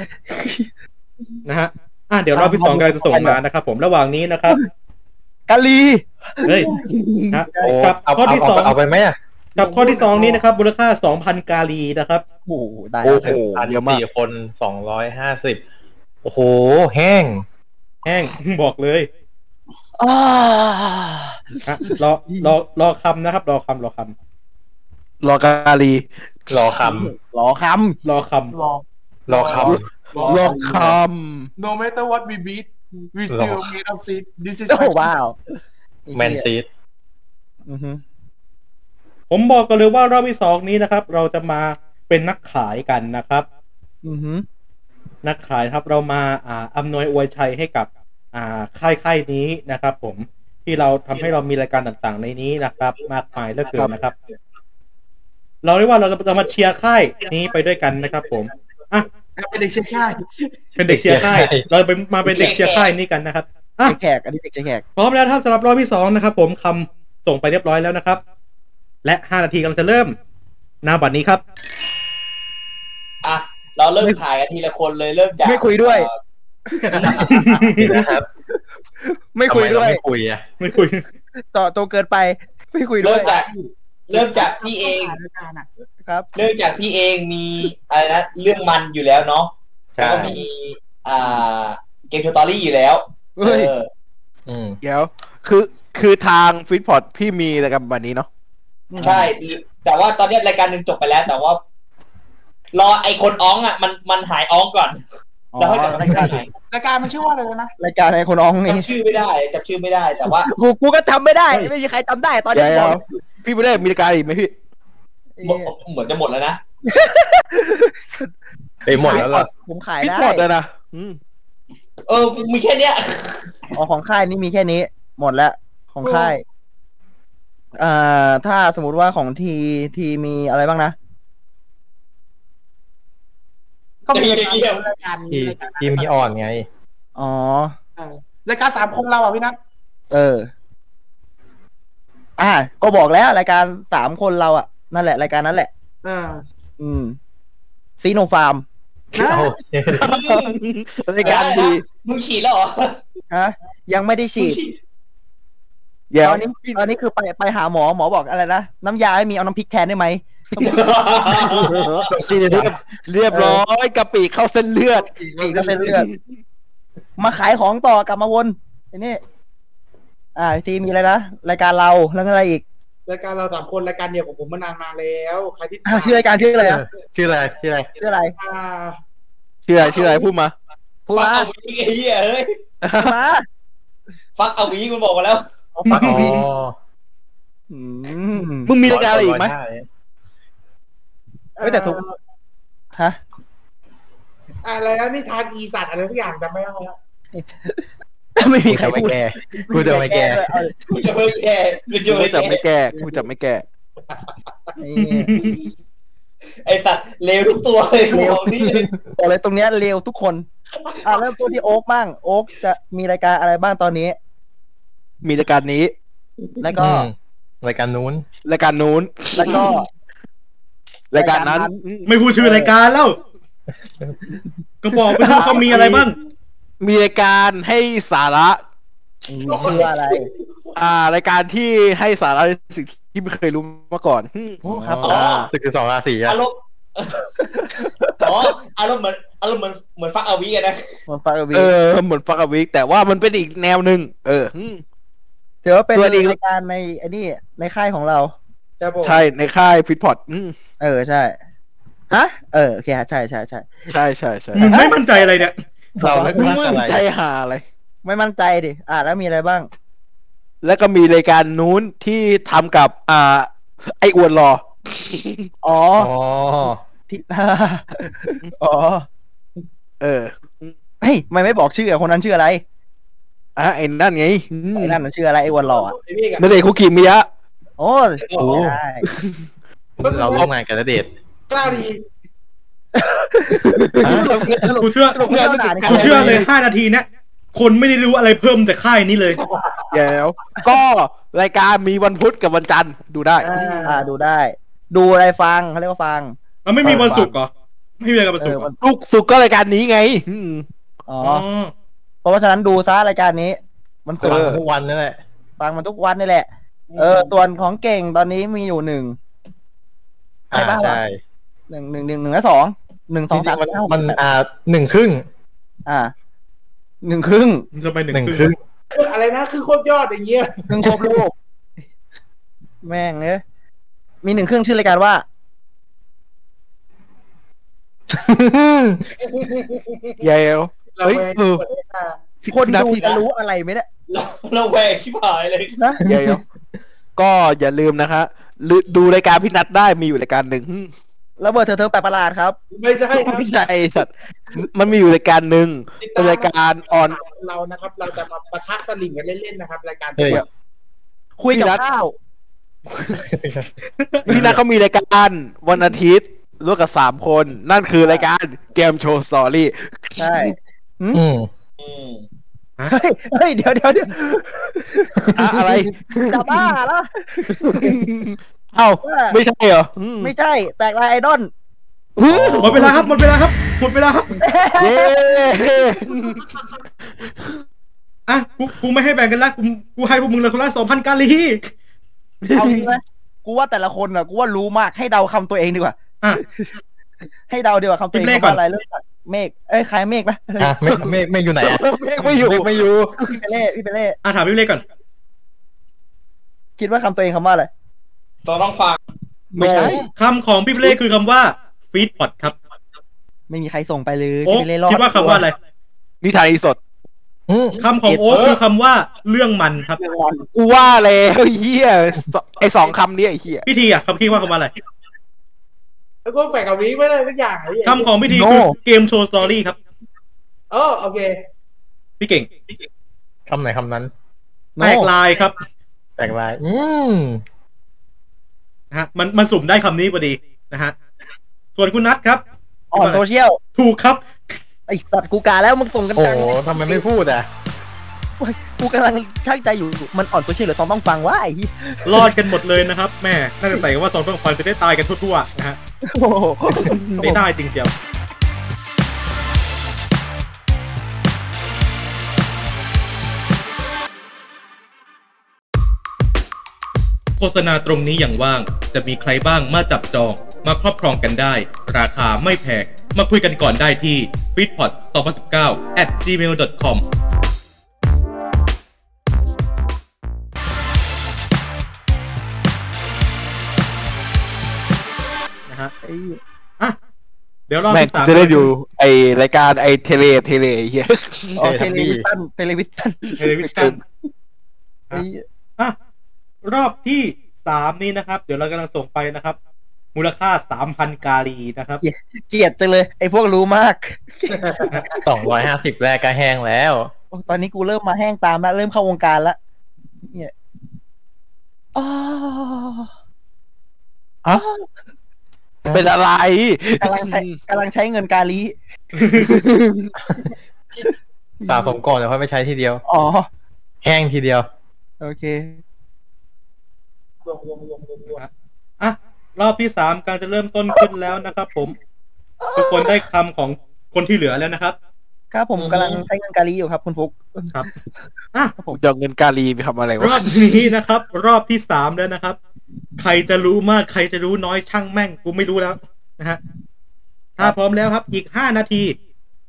Speaker 6: นะฮะอ่ะเดี๋ยวรอบที่สองกำลังจะส่งมานะครับ ผมระหว่างนี้นะครับ
Speaker 2: กาลี
Speaker 6: เฮ้ยนะ
Speaker 10: โอ้
Speaker 6: ครับ
Speaker 10: เอา
Speaker 6: ข้อ
Speaker 10: เอา
Speaker 6: ที่ส
Speaker 10: เอา
Speaker 6: อง
Speaker 10: เอาไปไหมอ่ะ
Speaker 6: กับข้อที่สองนี้นะครับมูลค่าสองพันกาลีนะครับ
Speaker 2: โอ้โหตาย
Speaker 10: โอ้
Speaker 2: แล้ว
Speaker 10: โห
Speaker 9: เยอะมาก
Speaker 10: สี่คนสองร้อยห้าสิบโอ้โห แห้ง
Speaker 6: แห้ง *laughs* บอกเลย
Speaker 2: อ่า
Speaker 6: อ่ะรอรอรอคำนะครับ รอคำรอค
Speaker 9: รอกาลี
Speaker 10: รอค
Speaker 2: หลอค
Speaker 6: ำรอคำ
Speaker 3: รอ
Speaker 10: ำรอคำ
Speaker 9: รอค
Speaker 3: No matter what we beat we still
Speaker 10: รอ
Speaker 3: made up seed this
Speaker 2: ำ
Speaker 3: is
Speaker 2: โอ้ว้าว
Speaker 10: แมนซีด
Speaker 2: อือหือ
Speaker 6: ผมบอกกันเลยว่ารอบที่สองนี้นะครับ เราจะมาเป็นนักขายกันนะครับ
Speaker 2: อือหือ
Speaker 6: นักขายครับเรามาอ่าอำนวยอวยชัยให้กับ อ่าค่ายค่ายนี้นะครับ ผมที่เราทำให้เรามีรายการต่างๆ ในนี้นะครับ มากมายเหลือเกินนะครับ เราเรียกว่าเราจะมาเชียร์ค่ายนี้ไปด้วยกันนะครับ ผม
Speaker 3: เป็นเด็กเชื่อชาติ
Speaker 6: เป็นเด็กเชียร์
Speaker 9: *laughs*
Speaker 6: ค่าย เราเป็นมาเป็นเด็กเชียร์ค่ายนี้กันนะครับอ่ะ
Speaker 2: แขก อันนี้เด็กแขก
Speaker 6: พร้อมแล้วครับสำหรับรอบที่สองนะครับ ผมคำส่งไปเรียบร้อยแล้วนะครับ และห้านาทีกำลังจะเริ่มหน้าบัดนี้ครับ
Speaker 8: อ่ะ เราเริ่มถ่ายกันทีละคนเลยเริ่มจาก
Speaker 2: ไม่คุยด้วย
Speaker 8: เอ่อ
Speaker 10: เดี๋ยวนะครับ
Speaker 2: ไม่คุยด้วย
Speaker 10: ทำไมเราไม่คุยอ่ะ
Speaker 6: ไม่คุย
Speaker 2: ต่อโตเกินไป ไม่คุยด้
Speaker 8: เริ่
Speaker 2: วย
Speaker 8: มจาก เริ่มจากพี่เอง
Speaker 2: ครับ
Speaker 8: เนื่องจากพี่เองมีอะไรนะเรื่องมันอยู่แล้วเนาะ
Speaker 10: ใช่
Speaker 8: แล้วก็มีอ่าเกมสตอรี่อยู่แล้ว
Speaker 2: เฮ้ย
Speaker 8: เออ
Speaker 10: อืม
Speaker 9: เดี๋ยว คือ คือทางฟิตพอร์ตพี่มีแต่กับวันนี้เนาะ
Speaker 8: ใช่แต่ว่าตอนเนี้ยรายการหนึ่งจบไปแล้ว แต่ว่า รอไอคนอ้องอ่ะ มันมันหายอ้องก่อน แล้วค่อยกลับมารายการใหม่
Speaker 3: รายการมันชื่อว่าอะไรนะ
Speaker 2: รายการไอ้คนน้องนี่
Speaker 8: จำชื่อไม่ได้จำชื่อไม่ได้แต่ว่า
Speaker 2: กูกูก็ทำไม่ได้ ไม่มีใครจำได้ตอน
Speaker 9: เดี๋
Speaker 2: นี้
Speaker 9: ยว
Speaker 2: บอก
Speaker 9: ๆพี่ไม่ได้มีรายการอีกไหมพี่
Speaker 8: หมดเหมือนจะหมดแล้วนะ
Speaker 10: ไปหมดแล้วเหรอ
Speaker 2: ผมขาย
Speaker 9: ฟิต
Speaker 2: ได้
Speaker 9: พอร์ตเลยนะอืม
Speaker 8: เออ มีแค่เนี้ย
Speaker 2: อ๋อของค่ายนี่มีแค่นี้ หมดแล้วของค่ายเอ่อถ้าสมมติว่าของทีทีมีอะไรบ้างนะ
Speaker 3: ก็มี
Speaker 8: เดี๋ยว
Speaker 3: รายการมี
Speaker 10: ที่
Speaker 3: รายการ
Speaker 10: ที่มีอ่อนไง
Speaker 2: อ๋อ
Speaker 3: รายการสามคนเราอ่ะพี่นัท
Speaker 2: เออ อ่า ก็บอกแล้วรายการสามคนเราอะนั่นแหละรายการนั้นแหละ
Speaker 3: เออ
Speaker 2: อืมซีโนฟาร์ม
Speaker 10: เอา *laughs*
Speaker 9: รายการดี
Speaker 8: มึงฉีดแล้วเหรอ
Speaker 2: ฮะ ยังไม่ได้
Speaker 8: มึ
Speaker 2: ฉี
Speaker 8: ง
Speaker 2: ด
Speaker 8: ฉีด
Speaker 9: เดี๋ยว
Speaker 2: ตอนนี้ตอนนี้คือไปไปหาหมอหมอบอกอะไรนะ น้ำยาไม่มีเอาน้ำพริกแทนได้ไหม
Speaker 9: เรียบเรียบร้อยกะปิเข้าเส้นเลือด
Speaker 2: อีกก็เป็นเรื่องมาขายของต่อกลับมาวนไอ้นี่ อ่าทีมีอะไรนะ รายการเราแล้วก็อะไรอีก
Speaker 3: รายการเราสามคนรายการเดียวของผมมานานมาแล้ว ใครที่
Speaker 2: อ่าชื่อรายการชื่ออะไรอะ
Speaker 10: ชื่ออะไร ชื่ออะไร
Speaker 2: ชื่ออะไร
Speaker 3: อ่า
Speaker 9: เชื่อเชื่ออะไรพูดมา
Speaker 2: พูด
Speaker 8: ฟัก
Speaker 2: มา
Speaker 8: เอาวีไอ้เหี้ยเฮ้ย
Speaker 2: พูดมา
Speaker 8: ฟักเอาวีมันบอกมาแล้ว
Speaker 2: เอาฟัง
Speaker 10: อ๋อ
Speaker 2: ดีอืม
Speaker 9: มึงมีรายการอะไรอีกไหม
Speaker 10: ร้ยด้
Speaker 2: เอ้ยแต่ถูก ฮะ
Speaker 3: เอ่ออะไรนะนิทานอีสัตว์อะไรสักอย่างจำไม่ได้แล้ว
Speaker 2: ไม่มีใครพูด
Speaker 10: กูจะไม่แก้
Speaker 2: ด้วยเอา
Speaker 8: กูจะไม่แก้กูจะ
Speaker 9: กู
Speaker 8: ไม่
Speaker 9: จะ
Speaker 8: แก้
Speaker 9: ไม่แก้กูจะไม่แก้
Speaker 8: ไอสัตว์เลวทุกตัวเลยกูบอกนี่เลย
Speaker 2: บอกเลยตรงเนี้ยเร็วทุกคน อ่าเริ่มต้นที่โอ๊กบ้าง โอ๊กจะมีรายการอะไรบ้างตอนนี้
Speaker 9: มีรายการนี้
Speaker 2: แล้ว
Speaker 10: อื
Speaker 2: ก็
Speaker 10: มรายการนู้น
Speaker 9: รายการนู้น
Speaker 2: แล้วก็
Speaker 9: รายการนั้น
Speaker 2: รายการนั้น
Speaker 6: ไม่พูดชื่อรายการแล้ว ก็บอกไปว่าเขามีอะไรบ้าง
Speaker 9: มีรายการให้สาระ
Speaker 2: อืมชื่อว่าอะไร
Speaker 9: อ่ารายการที่ให้สาระในสิ่ง ที่ไม่เคยรู้มาก่อน
Speaker 2: โอ้ครับ
Speaker 8: อ๋อ
Speaker 10: ศึกสิบสองราศีอะ
Speaker 8: อารมณ์ *laughs* อ๋ออารมณ์เหมือนอารมณ์เหมือนเหมือนฟักอาวีอะนะ
Speaker 2: มันปาร์วี
Speaker 9: เออ เหมือนฟักกับวิกแต่ว่ามันเป็นอีกแนวหนึ่งเอออืม
Speaker 2: ถือว่าเป็น
Speaker 9: ส่วนอีก
Speaker 2: รายการในไอ้นี่ในค่ายของเรา
Speaker 3: จะบอก
Speaker 9: ใช่ในค่ายฟิตพอด
Speaker 2: เออใช่ฮะเออโอเคฮะใช่ใช่ใช่
Speaker 9: ใช่ใช่ใช่
Speaker 6: มึงไม่มั่นใจอะไรเนี่ย
Speaker 10: เราไม่
Speaker 9: มึง
Speaker 10: พลาด
Speaker 9: มั่น
Speaker 10: อะไร
Speaker 9: ใจหาอะไร
Speaker 2: ไม่มั่นใจดิอ่ะแล้วมีอะไรบ้าง
Speaker 9: แล้วก็มีรายการนู้นที่ทำกับ อ่า ไออวนร
Speaker 2: *laughs*
Speaker 9: อ
Speaker 2: อ๋อ
Speaker 10: อ๋อ
Speaker 2: ที่
Speaker 9: *laughs*
Speaker 2: อ๋อ
Speaker 9: เออ
Speaker 2: เฮ้ยไม่ไม่บอกชื่ออะคนนั้นชื่ออะไร
Speaker 9: อ่ะไอ้นั่นไงอืม
Speaker 2: ไอ้นั่นมันชื่ออะไรไอ้วันหล่ออะ
Speaker 8: ไอ้นี่กับ
Speaker 9: นั่นเองคุกิมิยะ
Speaker 2: โอ้
Speaker 10: โอ้
Speaker 2: ใช่
Speaker 10: เราร่วมงานกันนะเดช
Speaker 3: กล้าดี
Speaker 6: กูเชื่อ
Speaker 2: สรุปเรื่องหนานี่
Speaker 6: กูเชื่อเลยห้านาทีเนะ คนไม่ได้รู้อะไรเพิ่มจากค่ายนี้เลย
Speaker 9: เดี๋ยวก็รายการมีวันพุธกับวันจันทร์ดูได้
Speaker 2: อ่าดูได้ ดูอะไรฟังเขาเรียกว่าฟัง
Speaker 6: มันไม่มีวันศุกร์เหรอ ไม่มีอะไรกับวันศุกร์เหรอ
Speaker 9: ลูกสุกร์ก็รายการนี้ไงอืม
Speaker 2: อ๋อ
Speaker 6: อ๋อ
Speaker 2: อเพราะว่าฉะนั้นดูซะรายการนี้ มัน
Speaker 10: ฟั
Speaker 2: สุ
Speaker 10: ง
Speaker 2: กร์
Speaker 10: ทุกวันนั่นแหละ
Speaker 2: ฟังมันทุกวันนี่แหละ เออส่วนของเก่งตอนนี้มีอยู่หนึ่ง
Speaker 10: อ่า
Speaker 2: ไปบ้างวะ
Speaker 10: ใช่
Speaker 2: หนึ่งหนึ่งหนึ่งหนึ่งและสองหนึ่งสองสาม
Speaker 10: จริๆมัน
Speaker 2: เก้า
Speaker 10: มันอ่าหนึ่งครึ่ง
Speaker 2: อ่าหนึ่งครึ่ง
Speaker 6: มันจะไปหนึ่
Speaker 10: หนึ่
Speaker 6: ง
Speaker 10: ง
Speaker 6: ค
Speaker 10: ครึ่
Speaker 6: รึ่ง
Speaker 10: ง
Speaker 3: คืออะไรนะคือโคตรยอดอย่างเงี้ย
Speaker 2: หนึ่งครบลูกแม่งเอ้ยมีหนึ่งครึ่งชื่อรายการว่า
Speaker 9: เดี๋ยวเฮ้ยเออ
Speaker 2: คน
Speaker 9: นะ
Speaker 2: ดู
Speaker 9: พี่
Speaker 2: จะรู้อะไรไหมเนี่ย
Speaker 8: เรา *laughs* เราแหวกชิบหายเลย
Speaker 2: นะ
Speaker 9: เดี๋ยวก็อย่าลืมนะคะหรือดูรายการพี่นัทได้มีอยู่รายการ *laughs* หนึ่งอืม
Speaker 2: ระเบิดเธอเธอแปลกประหลาดครับ
Speaker 3: ไม่ใช่ครับ
Speaker 9: ไม่ใช่สัตว์มันมีอยู่รายการหนึ่งเป็นรายการออน
Speaker 3: เรานะครับ เราจะมาปะทะสลิงกันเล่นๆนะครับรายการ
Speaker 10: เฮ้ย
Speaker 2: คุยกับ
Speaker 9: พี่รัฐ
Speaker 2: ข้าว
Speaker 9: พี่นัทเขามีรายการวันอาทิตย์ร่วมกับสามคน นั่นคือรายการเกมโชว์สตอรี่
Speaker 2: ใช่
Speaker 10: อืม
Speaker 2: เฮ้ยเฮ้ยเดี๋ยวเดี๋ยวเดี๋ยว
Speaker 9: อะอะไร
Speaker 2: จะบ้าละ
Speaker 9: เอ้าไม่ใช่เหรออืม
Speaker 2: ไม่ใช่ แตกลายไอดอล
Speaker 6: หมดเวลาครับ หมดเวลาครับ หมดเวลาครับ
Speaker 9: เย้
Speaker 6: อ่ะ กู กูไม่ให้แบ่งกันละ กู กูให้พวกมึงเลยคนละสองพันกาลี
Speaker 2: เอางี้ไหมกูว่าแต่ละคนอ่ะ กูว่ารู้มากให้เดาคำตัวเองดีกว่า
Speaker 6: อ่ะ
Speaker 2: ให้เดาดีกว่าคำตัวเอง
Speaker 6: คิดเลข
Speaker 2: ว่าอะไร
Speaker 6: ก่อน
Speaker 2: เริ่มจากเมฆเอ้ยคล้ายเมฆปะ
Speaker 10: อ่ะเมฆเมฆเมฆอยู่ไหนอะ
Speaker 9: เมฆไม่อยู่
Speaker 10: เมฆไม่อยู่
Speaker 2: พี่เปเล่พี่เปเล่
Speaker 6: อ่ะ ถามพี่เล็กก่อน
Speaker 2: คิดว่าคำตัวเองคำว่าอะไร
Speaker 8: สอนน้องฟัง
Speaker 2: ไม่ใช่
Speaker 6: คำของพี่เล็กคือคำว่าฟีดพอดครับ
Speaker 2: ไม่มีใครส่งไปเลย
Speaker 6: โอ๊
Speaker 2: พี่
Speaker 6: ค
Speaker 2: เปเล่รอด
Speaker 6: คิดว่าคำว่าอะไร
Speaker 9: นิทานอีสด
Speaker 10: อืม
Speaker 6: คำของโอ๊คคือคำว่าเรื่องมันครับ
Speaker 9: กูว่าแล้วเฮียสไอสองคำเนี้ยไอ้เฮีย
Speaker 6: พิธีอ่ะคำพี่ว่าคำว่าอะไร
Speaker 3: แล้วก็แฝงกับวีไม่ได้สักอย่างไอ้เหี้ย
Speaker 6: คำของพิธีคือเกมโชว์สตอรี่ครับ
Speaker 3: เออโอเค
Speaker 6: พี่เก่ง
Speaker 10: คำไหนคำนั้น
Speaker 6: แตกลายครับ
Speaker 10: แตกลาย อืม
Speaker 6: นะฮะมันมันสุ่มได้คำนี้พอดีนะฮะ ส่วนคุณนัทครับ
Speaker 2: ออนโซเชียล
Speaker 6: ถูกครับ
Speaker 2: ไอ้สัตว์กูกาแล้วมึงส่งกัน
Speaker 10: โอ้
Speaker 2: จัง
Speaker 10: โหทำไมไม่พูดอ่ะ
Speaker 2: กูกำลังช่างใจอยู่มันอ่อนโซเชียลหรือต้องต้องฟังวะไอ้เหี้ย
Speaker 6: รอดกันหมดเลยนะครับแม่น่าจะใส่คำว่าสองต้องควันจะได้ตายกันทั่วๆนะฮะ
Speaker 2: โอ้โห
Speaker 6: ได้ได้จริงเจียวโฆษณาตรงนี้อย่างว่าง จะมีใครบ้างมาจับจอง มาครอบครองกันได้ ราคาไม่แพงมาคุยกันก่อนได้ที่ f e e d p o t 2019 at gmail.comอ่ะเดี๋ยวรอบ
Speaker 9: แม่ง
Speaker 6: ที่สาม
Speaker 9: จะได้ดูไอรายการไอเทเลเทเลไอ้เฮีย
Speaker 2: อ๋อเทเลวิชันเทเลวิชัน
Speaker 6: เทเลวิชัน
Speaker 2: ไอ้เหี้ย
Speaker 6: อ่ะรอบที่สามนี้นะครับ เดี๋ยวเรากำลังส่งไปนะครับ มูลค่าสามพันกาลีนะครับ
Speaker 2: เกลียดจังเลย ไอ้พวกรู้มาก
Speaker 10: สองร้อยห้าสิบแรกก็แห้งแล้ว
Speaker 2: โอ้ตอนนี้กูเริ่มมาแห้งตามแล้ว เริ่มเข้าวงการแล้วเนี่ยอ๋อ
Speaker 9: เป็นอะไร
Speaker 2: กำลังใช้กำลังใช้เงินกาลี
Speaker 10: สะสมก่อนเดี๋ยวค่อยไปใช้ทีเดียว
Speaker 2: อ๋อ
Speaker 10: แห้งทีเดียว
Speaker 2: โอเค
Speaker 6: อ่ะ รอบที่สามการจะเริ่มต้นขึ้นแล้วนะครับ ผม ทุกคนได้คำของคนที่เหลือแล้วนะครับ
Speaker 2: ครับผมกำลังใช้เงินกาลีอยู่ครับคุณฟุก
Speaker 6: อ่ะ
Speaker 2: ครับผม
Speaker 9: จะเอาเงินกาลีไปทำอะไร
Speaker 6: รอ
Speaker 9: วะ
Speaker 6: บนี้นะครับ รอบที่สามแล้วนะครับ ใครจะรู้มากใครจะรู้น้อยช่างแม่งกูไม่รู้แล้วนะฮะถ้าพร้อมแล้วครับ อีกห้านาที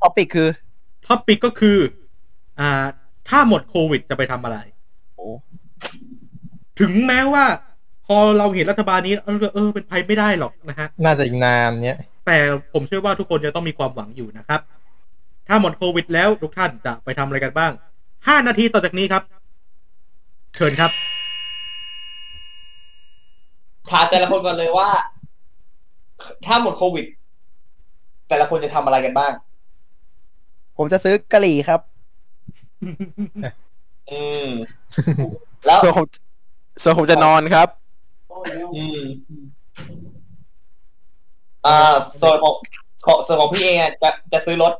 Speaker 2: ท็อปิกคือ
Speaker 6: ท็อปิกก็คือ อ่า ถ้าหมดโควิดจะไปทำอะไร
Speaker 2: โอ้
Speaker 6: ถึงแม้ว่า พอเราเห็นรัฐบาลนี้เออเออเป็นภัยไม่ได้หรอกนะฮะ
Speaker 7: น่าจะอีกนานเนี้ย
Speaker 6: แต่ผมเชื่อว่าทุกคนจะต้องมีความหวังอยู่นะครับ ถ้าหมดโควิดแล้วทุกท่านจะไปทำอะไรกันบ้าง ห้านาทีต่อจากนี้ครับ เชิญครับ
Speaker 8: ถามแต่ละคนก่อนเลยว่า ถ้าหมดโควิด แต่ละคนจะทำอะไรกันบ้าง
Speaker 2: ผมจะซื้อกะหรี่ครับ
Speaker 8: อืม แล้ว
Speaker 9: ส่วนผมส่วนผมจะนอนครับ
Speaker 8: อืมอ่าส่วนของของส่วนของพี่เองอะจะจะซื้อรถ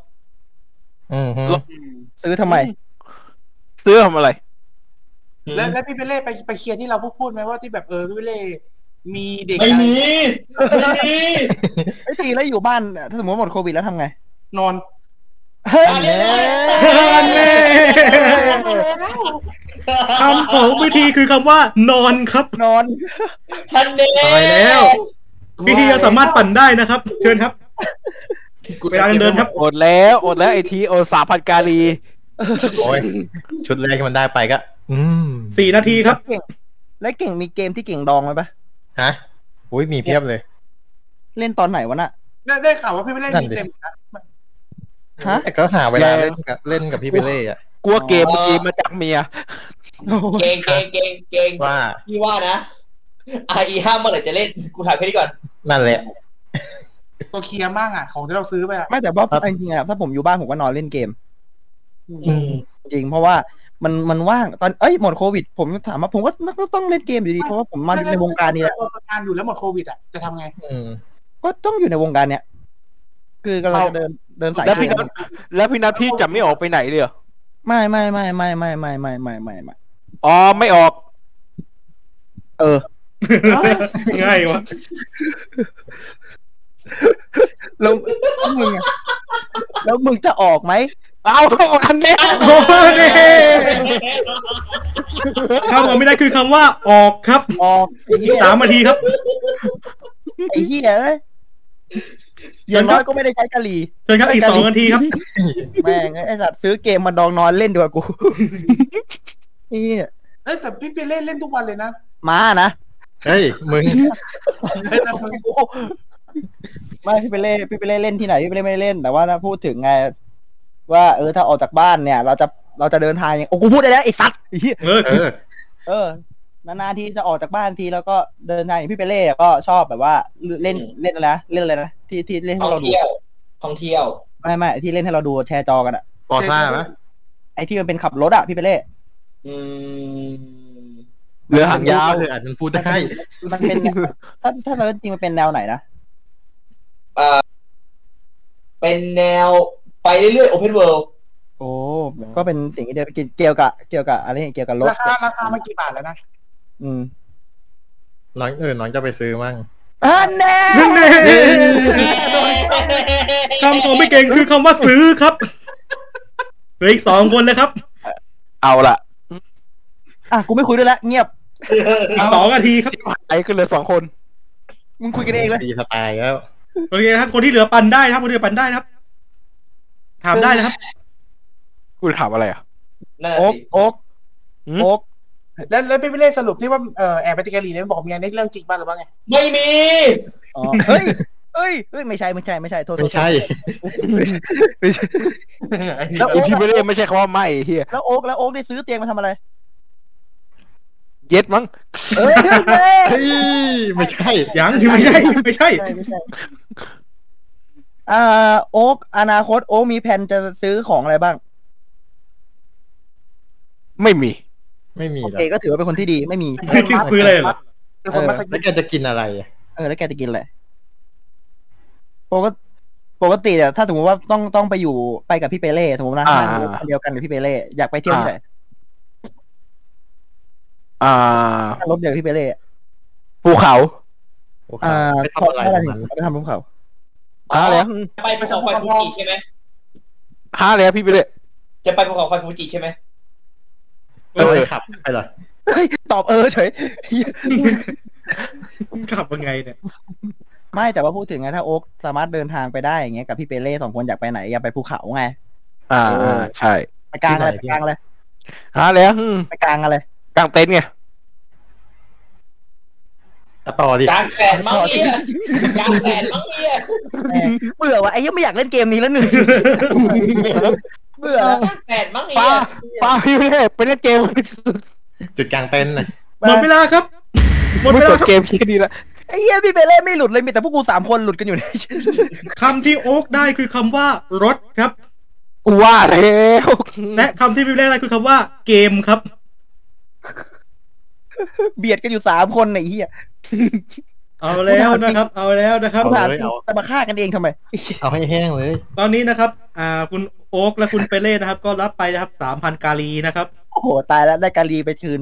Speaker 7: อืมฮึ
Speaker 2: ซื้อทำไม
Speaker 9: เสื้อทำอะไร
Speaker 3: แล้วแล้วพี่เบลเล่ไปไปเคลียร์ที่เราพูดพูดไหมว่าที่แบบเออพี่เบลเล่มีเด็ก
Speaker 8: ไม่มี ไม่มี
Speaker 2: ไอ้ทีแล้วอยู่บ้านอะถ้าสมมติหมดโควิดแล้วทำไง
Speaker 3: นอน
Speaker 8: อันนี้
Speaker 6: คำของวิธีคือคำว่า นอนครับ
Speaker 2: นอน
Speaker 8: ทันเด
Speaker 6: ตายแล้ว วิธียังสามารถปั่นได้นะครับ เชิญ
Speaker 2: *laughs*
Speaker 6: ครับเวลาเดินครับ
Speaker 9: อดแล้วอดแล้วไอทีโอดสาพันการี
Speaker 10: โอ้ยชุดแรกที่มันได้ไปก็ อืม
Speaker 6: สี่นาทีครับ
Speaker 2: และเก่งมีเกมที่เก่งดองไหมปะ
Speaker 10: ฮะอุ้ยมีเพียบเลย
Speaker 2: เล่นตอนไหนวะน่ะ
Speaker 3: ได้ได้ข่าวว่าพี่เบลเล่
Speaker 7: นั่น
Speaker 3: มี
Speaker 7: ดิ
Speaker 3: เต็มนะ
Speaker 2: ฮะ
Speaker 7: แต่ก็หาเวลา
Speaker 9: แย่
Speaker 7: เล่นกับเล่นกับพี่เบลเล่อะ
Speaker 9: กลัวเกมเมื่อกี้มาจากเมีย
Speaker 8: เก่งเก่งเก่งเก่ง
Speaker 10: ว่า
Speaker 8: พี่ว่านะไอห้าเมื่อไหร่จะเล่น กูถามแค่นี้ก่อน
Speaker 7: นั่นแหละ
Speaker 3: ตัวเคลียร์มากอ่ะ ของที่เราซื้อไปอ่ะ
Speaker 2: ไม่แต่ว่าจริงๆอะถ้าผมอยู่บ้านผมก็นอนเล่นเกม
Speaker 8: อืม
Speaker 2: จริงเพราะว่ามันมันว่างตอนเอ้ยหมดโควิด ผมถามว่าผมก็ก็ต้องเล่นเกมอยู่ดีเพราะว่าผมมาอยู่ในวงการนี้แหละ
Speaker 3: วงการอยู่แล้วหมดโควิดอ่ะ จะทำไง
Speaker 7: อืม
Speaker 2: ก็ต้องอยู่ในวงการเนี้ยคือกำลังจะเดินเดินสาย
Speaker 9: แล้วพี่
Speaker 2: เก
Speaker 9: นั
Speaker 2: ม
Speaker 9: ทแล้วพี่นัทพี่จะไม่ออกไปไหนเลยเหรอ
Speaker 2: ไม่ไม่ไม่ไม่ไม่ไม่ไม่ไม่ไม่ไม่
Speaker 9: อ๋อไม่ออก
Speaker 2: เออ
Speaker 6: ง่ายวะ
Speaker 2: แล้วแล้วมึงอะแล้วมึงจะออกไหม
Speaker 9: เอาเข้ากันเนี่ย
Speaker 6: โอ้โหนี่คำออกไม่ได้คือคำว่าออกครับ
Speaker 2: ออกไอ้เหี้ย
Speaker 6: สามนาทีครับ
Speaker 2: ไอ้เหี้ยเอ้ยอย่างน้อยก็ไม่ได้ใช้กะหรี่
Speaker 6: เชิญครับอีกสองนาทีครับ
Speaker 2: แม่งไอ้สัตว์ซื้อเกมมาดองนอนเล่นดีกว่ากู *laughs* ไอ้เหี้ย
Speaker 3: เอ้ยแต่พี่เปเล่นเล่นทุกวันเลยนะ
Speaker 2: มานะ
Speaker 7: เฮ้ย มึง
Speaker 3: เล่นนะมึง
Speaker 2: ไม่พี่ไปเล่นพี่ไปเล่นเล่นที่ไหนพี่ไปเล่นไม่ได้เล่น แต่ว่าถ้าพูดถึงไง ว่าเออถ้าออกจากบ้านเนี่ย เราจะเราจะเดินทางยังโอ้กูพูดได้แล้วไอ้สัตว์ไอ้เหี้ย
Speaker 6: เออ
Speaker 7: เออ
Speaker 2: เออนานๆทีจะออกจากบ้านทีแล้วก็เดินทางอย่างพี่ไปเล่ก็ชอบแบบว่าเล่น
Speaker 8: อืม
Speaker 2: เล่นอะไรนะเล่นอะไรนะที่ที่เล่น
Speaker 8: ท่
Speaker 2: ให้
Speaker 8: อง
Speaker 2: เราดู
Speaker 8: เที่ยวท่องเที่ยว
Speaker 2: ไม่ไม่ที่เล่นให้เราดูแชร์จอกันอะ
Speaker 7: ปอซ่าไหม
Speaker 2: ไอ้ที่มันเป็นขับรถอะพี่ไปเล่
Speaker 8: อืม
Speaker 9: เรือหางยาว
Speaker 7: เอออาจจะพูดได้
Speaker 2: มันเป็น ถ้าถ้าเราเล่นจริงมันเป็นแนวไหนนะ
Speaker 8: เป็นแนวไปเรื่อยๆ open world
Speaker 2: โอ้ก็เป็นสิ่งที่เดียวเกี่ยวกับเกี่ยวกับอะไรเกี่ยวกับรถ
Speaker 3: ราคาราคามันกี่บาทแล้วนะ
Speaker 2: อืม
Speaker 7: น้องเออน้องจะไปซื้อมั่ง
Speaker 2: อ่าแน่
Speaker 6: คำของไม่เก่งคือคำว่าซื้อครับเหลืออีกสองคนเลยครับ
Speaker 9: เอาละ
Speaker 2: อ่ะกูไม่คุยด้วยละเงียบ
Speaker 6: อีกสองนาทีครับ
Speaker 9: ไอ้ก็เหลือสองคน
Speaker 2: มึงคุยกันเองเลย
Speaker 7: ตีสไตล์แล้ว
Speaker 6: โอเคครับ คนที่เหลือปั่นได้ครับ คนที่เหลือปั่นได้นะครับ ถามได้นะครับ
Speaker 9: กูถามอะไรอ่ะ
Speaker 8: นั่นแหละ
Speaker 2: โอ๊ก
Speaker 8: สิ
Speaker 2: โอ๊ก
Speaker 9: หืม
Speaker 2: โอ๊ก
Speaker 3: แล้วแล้วพี่เปเล่สรุปที่ว่าเออแอบไปติดกะหรี่แล้วบอกเมียนี่เรื่องจริงบ้างหรือว่าไง
Speaker 8: ไม่มี
Speaker 2: อ๋อ เฮ้ยเฮ้ย เฮ้ย ไม่ใช่ ไม่ใช่ ไม่ใช่ โทษโท
Speaker 7: ไม่
Speaker 2: ษ
Speaker 7: ใช่
Speaker 2: แล้ว
Speaker 9: อี
Speaker 2: โอ๊ก
Speaker 9: พีไม่ได้ไม่ใช่คำว่าไม่เฮีย
Speaker 2: แล้วโอ๊กแล้วโอ๊กได้ซื้อเตียงมาทำอะไร
Speaker 9: เย็ดมั้ง
Speaker 2: เอ้ยไม่ใช่
Speaker 7: เฮ้ยไม่ใช่
Speaker 6: ยังไม่ใช่ ไม่ใช่
Speaker 2: ไม่ใช่อ่า โอ๊กอนาคต โอ๊กมีแผนจะซื้อของอะไรบ้าง
Speaker 9: ไม่มี
Speaker 7: ไม่มี
Speaker 2: โอ
Speaker 7: หรอ
Speaker 2: เค
Speaker 7: ก
Speaker 2: ก็ถือว่าเป็นคนที่ดี ไม่มี
Speaker 6: ที่ซื้อเลยเหรอ
Speaker 3: เป็นคนมาสกิ
Speaker 7: แล้
Speaker 3: ด
Speaker 7: วแกจะกินอะไรอะ
Speaker 2: เออ แล้วแกจะกินอะไรปกติปกติเนี่ยถ้าสมมติว่าต้องต้องไปอยู่ไปกับพี่เปเล่สมมตินะ
Speaker 9: อ่า
Speaker 2: บ้านอยู่คนเดียวกันกับพี่เปเล่ อยากไปเที่ยวที่ไหน
Speaker 9: อ่า
Speaker 2: ถ้ารถเดียวกับพี่เปเล่
Speaker 9: ภูเขา
Speaker 2: อ่า
Speaker 7: ไปทำอะไร
Speaker 2: เพา
Speaker 7: ตรงนั้น
Speaker 2: ไปทำภูเขา
Speaker 9: หาแล้ว
Speaker 8: ไปภูเขาไฟฟูจิใช่ไหม
Speaker 9: หาแล้วพี่ไปเลย
Speaker 8: จะไปภูเขาไฟฟูจิใช่ไหม
Speaker 7: เออขับไปเหรอ
Speaker 2: เฮ้ยตอบเออเฉย
Speaker 6: มึงขับยังไงเนี่ย
Speaker 2: ไม่แต่ว่าพูดถึงไงถ้าโอ๊กสามารถเดินทางไปได้อย่างเงี้ยกับพี่เปเล่สองคนอยากไปไหนอยากไปภูเขาไง
Speaker 9: อ่าใช่
Speaker 2: ไปกลางอะไรไป
Speaker 10: ที่
Speaker 2: ก
Speaker 10: ไหน
Speaker 2: ลางอะไร
Speaker 9: หาแล้วอืม
Speaker 2: ไปกลางอะไร
Speaker 9: กลางเต็นท์ไง
Speaker 10: อ่ะต่อดิ
Speaker 8: กลางแดดมั้งเอี้ยกลางแดดมั้งเอี้ย
Speaker 2: แหม่เบื่อว่ะไอ้ยังไม่อยากเล่นเกมนี้แล้วหนึ่งเบื่อก
Speaker 8: ลางแดดมั้งเอี้
Speaker 9: ป้าย ป้าพี่เล่ไปเล่นเกม
Speaker 10: จุดกลางเต็นท์นะ
Speaker 6: หมดเวลาครับ หมด
Speaker 9: ไม่
Speaker 6: เว
Speaker 9: ส
Speaker 6: ลาน ครับ
Speaker 9: เกมคิดดีละ
Speaker 2: ไอ้เหี้ยพี่เปเล่ไม่หลุดเลยมีแต่พวกกูสามคนหลุดกันอยู่ใน
Speaker 6: คำที่โอ๊กได้คือคำว่ารถครับ
Speaker 9: กูว่าแล้ว
Speaker 6: และคำที่พี่เล่นได้คือคำว่าเกมครับ
Speaker 2: เบียดกันอยู่สามคนน่ะไอ้เหี้ย
Speaker 6: เอาแล้วนะครับ เอาแล้วนะครับ
Speaker 10: เา
Speaker 2: ถาม
Speaker 10: เลย
Speaker 2: จริง
Speaker 10: เอา
Speaker 2: จะมาฆ่ากันเองทำไม
Speaker 10: เอาให้แห้งเลย
Speaker 6: ตอนนี้นะครับ อ่า คุณโอ๊กและคุณเปเล่นะครับ ก็รับไปนะครับสามพันกาลีนะครับ
Speaker 2: โอ้โห ตายแล้วได้การีไปคืน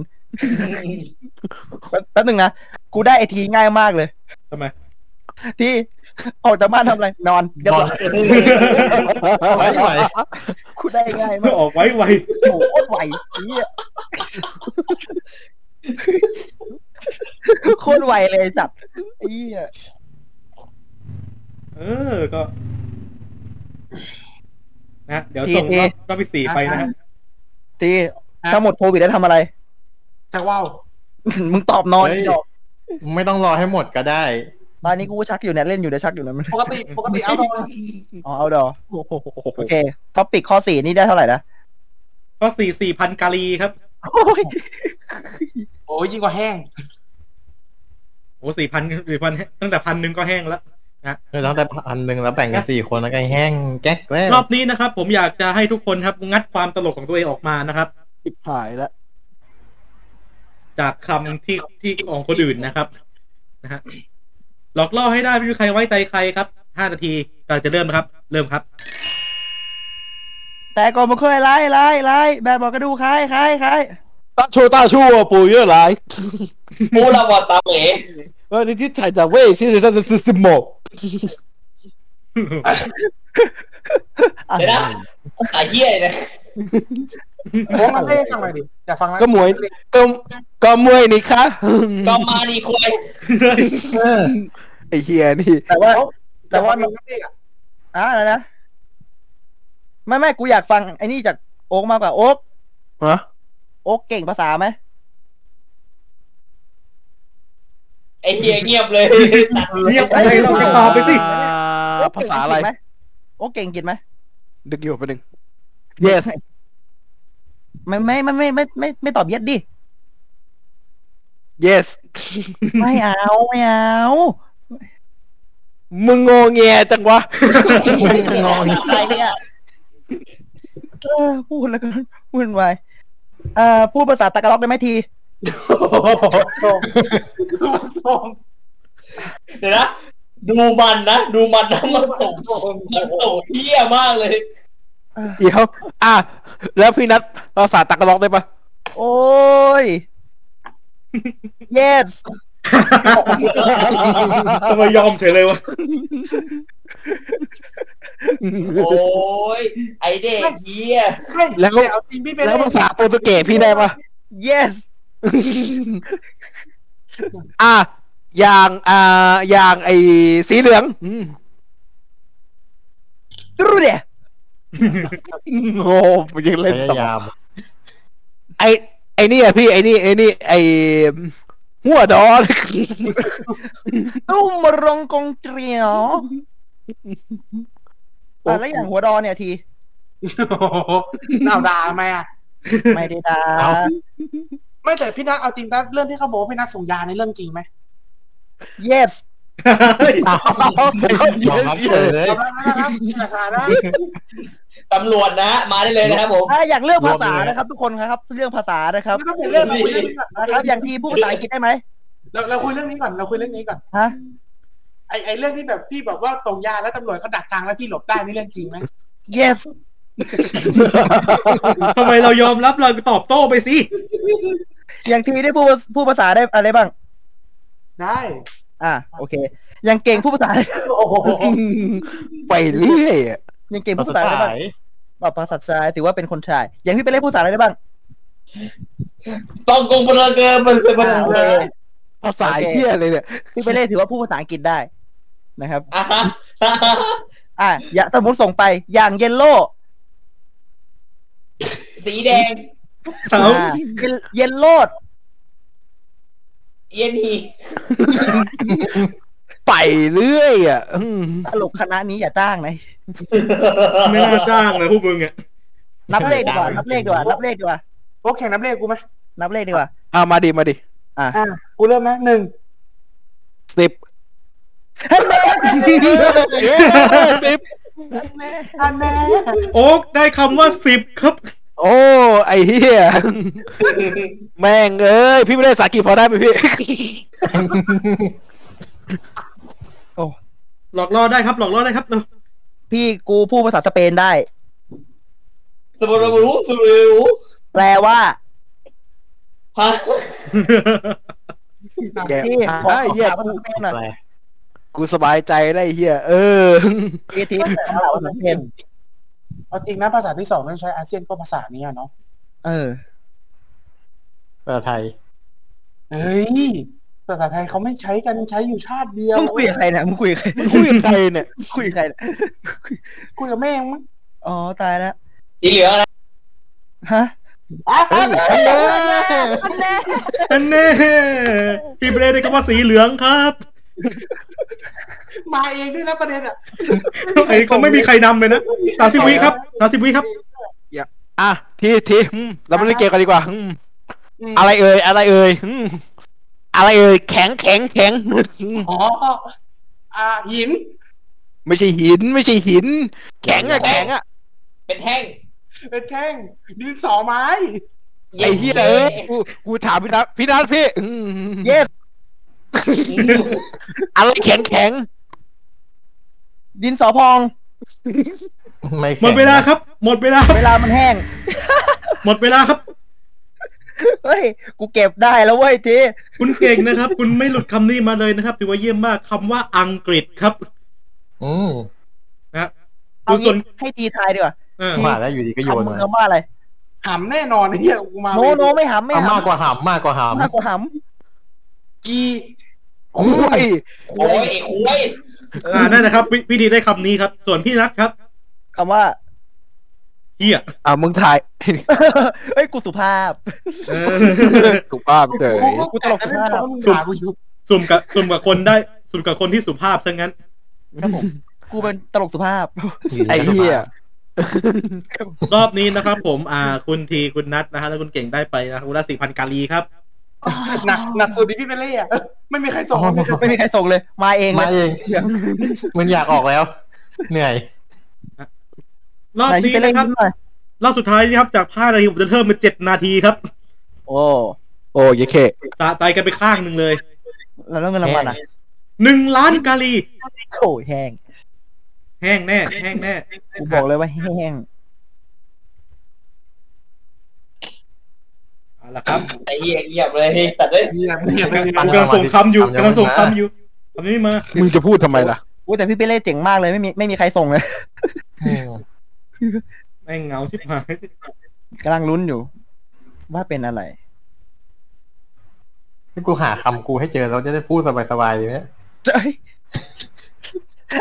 Speaker 2: แป๊บแป๊บหนึ่งนะ กูได้ไอทีง่ายมากเลย
Speaker 6: ทำไม
Speaker 2: ที่ออกจากบ้านทำอะไร นอนเรียบร้อย
Speaker 10: ไหวไหว
Speaker 2: กูได้ง่ายมาก
Speaker 6: ออกไว้ไว
Speaker 2: โอ้โหโคตรไหวไอ้เหี้ยโคตรไหวเลยไอ้สัตว์ไอ้เหี้ย
Speaker 6: เออ ก็นะเดี๋ยวส่งรอบรอบที่สี่ไปนะฮะ
Speaker 2: ทีถ้าหมดโควิดแล้วทำอะไร *laughs*
Speaker 3: จะว่าว
Speaker 2: มึงตอบนอน
Speaker 10: เฮ้ย
Speaker 2: ดอก
Speaker 10: ไม่ต้องรอให้หมดก็ได้
Speaker 2: ตอนนี้กูก็ชักอยู่เนี่ยเล่นอยู่เดี๋ยวชักอยู่นะมัน
Speaker 3: ปกติปกติเอาดอก
Speaker 2: อ๋อเอาดอโอเคท็อปิกข้อสี่นี่ได้เท่าไหร่นะ
Speaker 6: ก็สี่สี่พันกาลีครับ
Speaker 2: โอ้ย
Speaker 3: โอ้ยยิ่งกว่าแห้ง
Speaker 6: โอ้สี่พันสี่พันตั้งแต่พันหนึ่งก็แห้งแล้ว
Speaker 10: แล้วแต่พันหนึ่งแล้วแบ่งกันสี่คนแล้วก็ให้แห้งแก๊กแล้ว
Speaker 6: รอบนี้นะครับ ผมอยากจะให้ทุกคนครับ งัดความตลกของตัวเองออกมานะครับ
Speaker 2: หายแล้ว
Speaker 6: จากคำที่ที่ของคนอื่นนะครับนะฮะหลอกล่อให้ได้ไม่มีใครไว้ใจใครครับห้านาทีเราจะเริ่มนะครับ เริ่มครับ
Speaker 2: แต่ก่อนผมเคยไล่ไล่ไล่แบบบอกกระดูกคล้ายคล้ายคล้าย
Speaker 9: ตาชูตาชูปู่เยอะหลาย
Speaker 8: มูลวอดตาเหล
Speaker 9: เออนี่ที่ถ่ายจากเว้ยที่เราจะซื้อสมอง
Speaker 2: อ่ะ
Speaker 8: เดี๋ยวนะไอ้เหี้ยเนี่ย
Speaker 3: โอ้มันเล่ฟังหน่อยดิอยากฟังไหม
Speaker 9: ก็มวยก็ก็มวยนี่ค่ะ
Speaker 8: ก็มาดีคุย
Speaker 9: ไอเฮียนี่
Speaker 2: แต่ว่า
Speaker 3: แต่
Speaker 2: แต่
Speaker 3: ว่า
Speaker 2: ว่า
Speaker 3: มันเล่อะ
Speaker 2: อ่ะอะไรนะไม่ไม่กูอยากฟังไอ้นี่จากโอ๊กมากกว่าโอ๊ก
Speaker 9: ฮะ
Speaker 2: โอ๊กเก่งภาษาไหม
Speaker 8: ไอ้เหี้ยเงียบเลย
Speaker 6: เงียบไปเราจะตอบไปสิ
Speaker 2: โอ๊ค
Speaker 9: ภา
Speaker 2: เก่ง
Speaker 9: ษาอะไร
Speaker 2: อังกฤษหมโอ๊กเก่งอังกินไหม
Speaker 9: ดึกอยู่ไปหนึ่ง yes
Speaker 2: ไม่ไม่ไม่ไม่ไม่ไม่ไม่ตอบเย็ดดิ
Speaker 9: yes
Speaker 2: ไม่เอาไม่เอา
Speaker 9: มึงงงแงจังวะ
Speaker 2: งงอะไรเนี่ยเออพูดแล้วก็วุ่นวายเอ่อพูดภาษาตะกะล็อกได้ไหมที
Speaker 3: ส่ง
Speaker 8: เดี๋ยวนะ ดูมันนะ ดูมันนะ มันส่งมันส่งเหี้ยมากเลย
Speaker 9: เดี๋ยว อ่ะ แล้วพี่นัทภาษาตะกะล็อกได้ปะ
Speaker 2: โอ้ย yes
Speaker 6: *laughs* ทำไมยอมเฉยเลยวะ
Speaker 8: โอ้ย ไอเด็กเหี้ย
Speaker 9: แล้ว
Speaker 3: แต่เอาจริงพี่เป็น
Speaker 9: แล้ว
Speaker 3: เล่
Speaker 9: ภาษาโปรตุเกสพี่ได้ปะ
Speaker 2: yes
Speaker 9: อ่ะ อย่าง อ่า อย่างไอ้สีเหลืองอืม
Speaker 2: ตรุเดีย
Speaker 9: โง่ยัง
Speaker 10: พ
Speaker 9: เล่นต่อย
Speaker 10: ายาม
Speaker 9: ไอ้ไอ้นี่อ่ะพี่ ไอ้นี่ ไอ้นี่ ไอ้หัวดอน
Speaker 2: ตุ้มรงกงเตรียวอ่ะแล้วอย่างหัวดอเนี่ยที
Speaker 3: เอาด่าทำไมอ่ะ
Speaker 2: ไม่ได้ดา
Speaker 10: เอา
Speaker 3: ไม่แต่พี่นัทเอาจริงนะเรื่องที่เขาบอกว่าพี่นัทส่งยาในเรื่องจริงไหม
Speaker 2: yes
Speaker 10: ยอมรับเฉยเลย
Speaker 3: เอาละ
Speaker 9: *laughs*
Speaker 3: นะครับอย่าด่านะ
Speaker 8: ตำรวจนะ มาได้เลยนะครับผม
Speaker 2: อ่ะอยากเลือกภาษาร
Speaker 10: วมเลยนะ
Speaker 2: นะครับ ทุกคนครับ เรื่องภาษานะครับ
Speaker 3: ไม่ต้องเปลี่ยนเรื่องเราคุยเรื่องนี้ก่อน
Speaker 2: นะครับ อย่างทีพูดภาษาอังกฤษได้ไหม
Speaker 3: เราเราคุยเรื่องนี้ก่อนเราคุยเรื่องนี้ก่อน
Speaker 2: ฮะ
Speaker 3: ไอไอเรื่องที่แบบพี่บอกว่าส่งยาแล้วตำรวจเขาดักทางแล้วพี่หลบได้นี่เรื่องจริงไหม
Speaker 2: yes
Speaker 6: ทำไมเรายอมรับเราตอบโต้ไปสิ
Speaker 2: อย่างทีได้พูดพูดภาษาได้อะไรบ้าง
Speaker 3: ได้
Speaker 2: อ่ะโอเค อย่างเก่งพูดภาษา
Speaker 3: โอ้โห
Speaker 9: ไปเรื่อยอ่ะ
Speaker 2: *laughs* อย่างเก่งพู
Speaker 10: ภา
Speaker 2: ด
Speaker 10: ษา
Speaker 2: ภาษาอะไร
Speaker 10: ไท
Speaker 2: บ้าง
Speaker 10: ย
Speaker 2: บอกภาษาชายถือว่าเป็นคนชาย อย่างพี่ไปเล่นพูดภาษาอะไรได้บ้าง
Speaker 8: ต้องกงพลเกอร์มันเป็นพล
Speaker 2: อ่าโอ
Speaker 8: เก
Speaker 2: เค
Speaker 8: อร์
Speaker 9: ภาษาไอ้เฮียเลยเนี่ย
Speaker 2: พี่เปเล่ถือว่าพูดภาษาอังกฤษได้นะครับ
Speaker 8: อ่ะฮ *laughs* ะ
Speaker 2: อ่ะอย่าสมมติส่งไปอย่างเยลโล่
Speaker 8: สีแดง
Speaker 6: เขา
Speaker 2: อ่ะเยลเยลโล่
Speaker 8: เย็นฮี
Speaker 9: ไปเรื่อยอ่ะอืม
Speaker 2: ตลกคณะนี้อย่าจ้างนะ
Speaker 6: ไม่น่าจ้างเลยพวกมึงอ่ะ
Speaker 2: นับเลขดีกว่านับเลขดีกว่านับเลขดีกว่า
Speaker 3: โอ้แข่งนับเลขกูไหม
Speaker 2: นับเลขดีกว่า
Speaker 9: เอามาดิมาดิ
Speaker 3: อ่ะกูเริ่มนะหนึ่ง
Speaker 9: สิบเย้ *laughs* สิบ
Speaker 3: อันแน่
Speaker 6: โอ๊กได้คำว่าสิบครับ
Speaker 9: โอ้ไอ้เฮียแม่งเอ้ยพี่ไม่ได้สากิพอได้ไหม
Speaker 10: *laughs*
Speaker 9: พี่
Speaker 6: หลอกล่อได้ครับ หลอกล่อได้ครับเนอะ
Speaker 2: พี่กูพูดภาษาสเปนได้
Speaker 8: สมุนไพรรู้สมุนไพรรู้
Speaker 2: แปลว่า
Speaker 8: ฮะ
Speaker 9: แกะ
Speaker 2: พี่
Speaker 9: อ่ะ
Speaker 2: ขอ
Speaker 9: ได้
Speaker 2: ขอ
Speaker 9: เหี้ย
Speaker 2: ถามภาษาสเปนหน่อย
Speaker 10: อะไร
Speaker 9: กูสบายใจได้เฮียเออ
Speaker 2: พี่ทีมขอถามภาษาสเปน
Speaker 3: เอาจริงนะภาษาที่สองต้องใช้อาเซียนก็ภาษานี้อะเนาะ
Speaker 2: เออ
Speaker 10: ภาษาไทย
Speaker 3: เฮ้ยภาษาไทยเขาไม่ใช้กันใช้อยู่ชาติเดียว
Speaker 2: มึงคุยกับใครเนี่ยมึงคุยกับใคร
Speaker 9: คุยกับใครเนี่ย
Speaker 2: คุยกับใครเนี่ย
Speaker 3: คุยกับแม่งมั้ง
Speaker 2: อ๋อตายแล้ว
Speaker 8: สีเหลืองนะ
Speaker 2: ฮะ
Speaker 3: อ่ะ
Speaker 6: อันแน่พี่เบรได้คำว่าสีเหลืองครับ
Speaker 3: มาเองด้วยนะประเด็นอ่ะ
Speaker 6: ไอ้เขาไม่มีใครนำเลยนะสามสิบวิครับสามสิบวิครับ
Speaker 9: อ่ะทีทีอืมเรามาเล่นเกมกันดีกว่าอืม
Speaker 3: อืม
Speaker 9: อะไรเอ่ยอะไรเอ่ยอืมอะไรเอ่ยแข็งแข็งแข็ง *laughs* อืม
Speaker 3: อ๋ออ่ะหิน
Speaker 9: ไม่ใช่หิน ไม่ใช่หิน แข็งอะแข็งอะ
Speaker 8: เป็นแท่ง
Speaker 3: เป็นแท่งดินสอไม้
Speaker 9: ไอ้เหี้ยเอ้ยกูกูถามพี่นัทพี่นัทพี่อืม
Speaker 2: เย็ด
Speaker 9: อะไรแข็งแข็ง
Speaker 2: ดินสอพอง
Speaker 10: ไม่แข็ง
Speaker 6: หมดเวลาครับ หมดเวลาครับ
Speaker 2: เวลามันแห้ง
Speaker 6: หมดเวลาครับ
Speaker 2: เฮ้ย กูเก็บได้แล้วเว้ยที
Speaker 6: คุณเก่งนะครับ คุณไม่หลุดคำนี้มาเลยนะครับถือว่าเยี่ยมมากคำว่าอังกฤษครับ
Speaker 10: อืม
Speaker 6: นะฮะ
Speaker 2: เอา
Speaker 6: ส่
Speaker 2: งี้
Speaker 6: วน
Speaker 2: ให้ทีทายดีกว่า
Speaker 6: เออ
Speaker 10: มาแล้วอยู่ดีก็โยน
Speaker 2: ทำมึง
Speaker 10: มา
Speaker 2: คำว่าอะไร
Speaker 3: หำแน่นอนไอ้เฮียกูมา
Speaker 2: โนโนไม่หำไม่
Speaker 10: เอา
Speaker 2: หำ
Speaker 10: มากกว่าหำมากกว่าหำ
Speaker 2: มากกว่าห
Speaker 3: กี
Speaker 9: โอ้ย
Speaker 8: โอ้ยไอ้คุย
Speaker 6: อ่านั่นนะครับพี่พี่ดีได้คำนี้ครับ ส่วนพี่นัทครับ
Speaker 2: ำคำว่า
Speaker 6: เฮีย
Speaker 9: อ่ะมึงถ่าย
Speaker 2: เอ้ย กูสุภาพ
Speaker 6: เออ
Speaker 9: ถูกภาพเฉย
Speaker 2: กูตลก
Speaker 3: แต่
Speaker 2: สุ
Speaker 3: ไม่
Speaker 2: ภา
Speaker 3: ชอบ
Speaker 2: พ
Speaker 3: มึงด่ากูอยู่
Speaker 6: สุ่มกับสุ่มกับคนได้ สุ่มกับคนที่สุภาพซะงั้น
Speaker 2: กูเป็นตลกสุภาพ
Speaker 10: ยู่ดีก็
Speaker 9: ไอ้เหี้ย
Speaker 6: รอบนี้นะครับ ผม อ่า คุณทีคุณนัทนะฮะแล้วคุณเก่งได้ไปนะครับคุณละสี่พันกาลีครับ
Speaker 3: หนักหนักสุดที่พี่เปเล่อะไม่มีใครส่งไม่มีใคร
Speaker 2: ไม่มีใครส่งเลย มาเองเล
Speaker 10: มาย เองมันอยากออกแล้ว เหนื่อย
Speaker 6: รอบ
Speaker 2: ไหนที่
Speaker 6: นี้
Speaker 2: ไปเล่น
Speaker 6: นะครับ
Speaker 2: ยิ้มหน่อย
Speaker 6: รอบสุดท้ายนะครับจาก5นาทีผมจะเพิ่มเป็นเจ็ดนาทีครับ
Speaker 2: โอ้
Speaker 9: โอ้ยเค
Speaker 6: สะใจกันไปข้างหนึ่งเลย
Speaker 2: แล้วเงินรางวัลอ่ะ
Speaker 6: หนึ่งล้านกาลี
Speaker 2: โอ้ยแห้ง
Speaker 6: แห้งแน่แห้งแน่
Speaker 2: กูบอกเลยว่าแห้ง
Speaker 6: เอาละครับ
Speaker 8: ไอ้เหี้ยเงียบเลยแต่เลย
Speaker 3: เงียบเงียบเงียบ
Speaker 6: กำลังส่งคำอยู่
Speaker 10: ทำยังไม่มา
Speaker 6: กำลังส่งคำอยู่คำนี้ไม่มา
Speaker 9: มึงจะพูดทำไมล่ะ
Speaker 2: อุ้ยแต่พี่เปเล่เจ๋งมากเลยไม่มีไม่มีใครส่งเลย
Speaker 10: อืม
Speaker 6: แม่งเหงาชิบหาย
Speaker 2: กำลังลุ้นอยู่ ว่าเป็นอะไร *laughs*
Speaker 10: นี่กูหาคำกูให้เจอแล้วจะได้พูดสบายๆเลยเนี่ย
Speaker 2: เอ้ย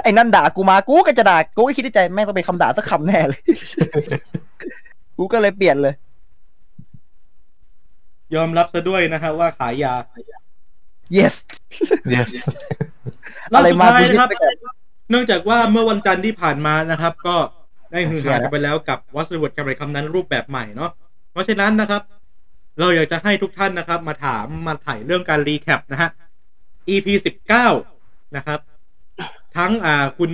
Speaker 2: ไอ้นั่นด่ากูมากูก็จะด่ากูก็คิดในใจแม่งต้องเป็นคำด่าสักคำแน่เลย *laughs* กูก็เลยเปลี่ยนเลย
Speaker 6: ยอมรับซะด้วยนะครับว่าขายยา
Speaker 2: yes
Speaker 10: yes
Speaker 2: อะไรมา
Speaker 6: อบ
Speaker 2: กู
Speaker 6: สุด
Speaker 2: ยึด
Speaker 6: ท้าย
Speaker 2: ไป
Speaker 6: นะค
Speaker 2: ก่
Speaker 6: รั
Speaker 2: อบ น
Speaker 6: เนื่องจากว่าเมื่อวันจันทร์ที่ผ่านมานะครับ ก็ได้ฮือ
Speaker 2: เชื่อ
Speaker 6: ฮา
Speaker 2: แล้ว
Speaker 6: กันไปแล้วกับวัสดุกำไรคำนั้นรูปแบบใหม่เนาะเพราะฉะนั้นนะครับ เราอยากจะให้ทุกท่านนะครับ มาถามมาถ่ายเรื่องการรีแคปนะฮะ EP สิบเก้านะครับ ทั้งอ่าคุณ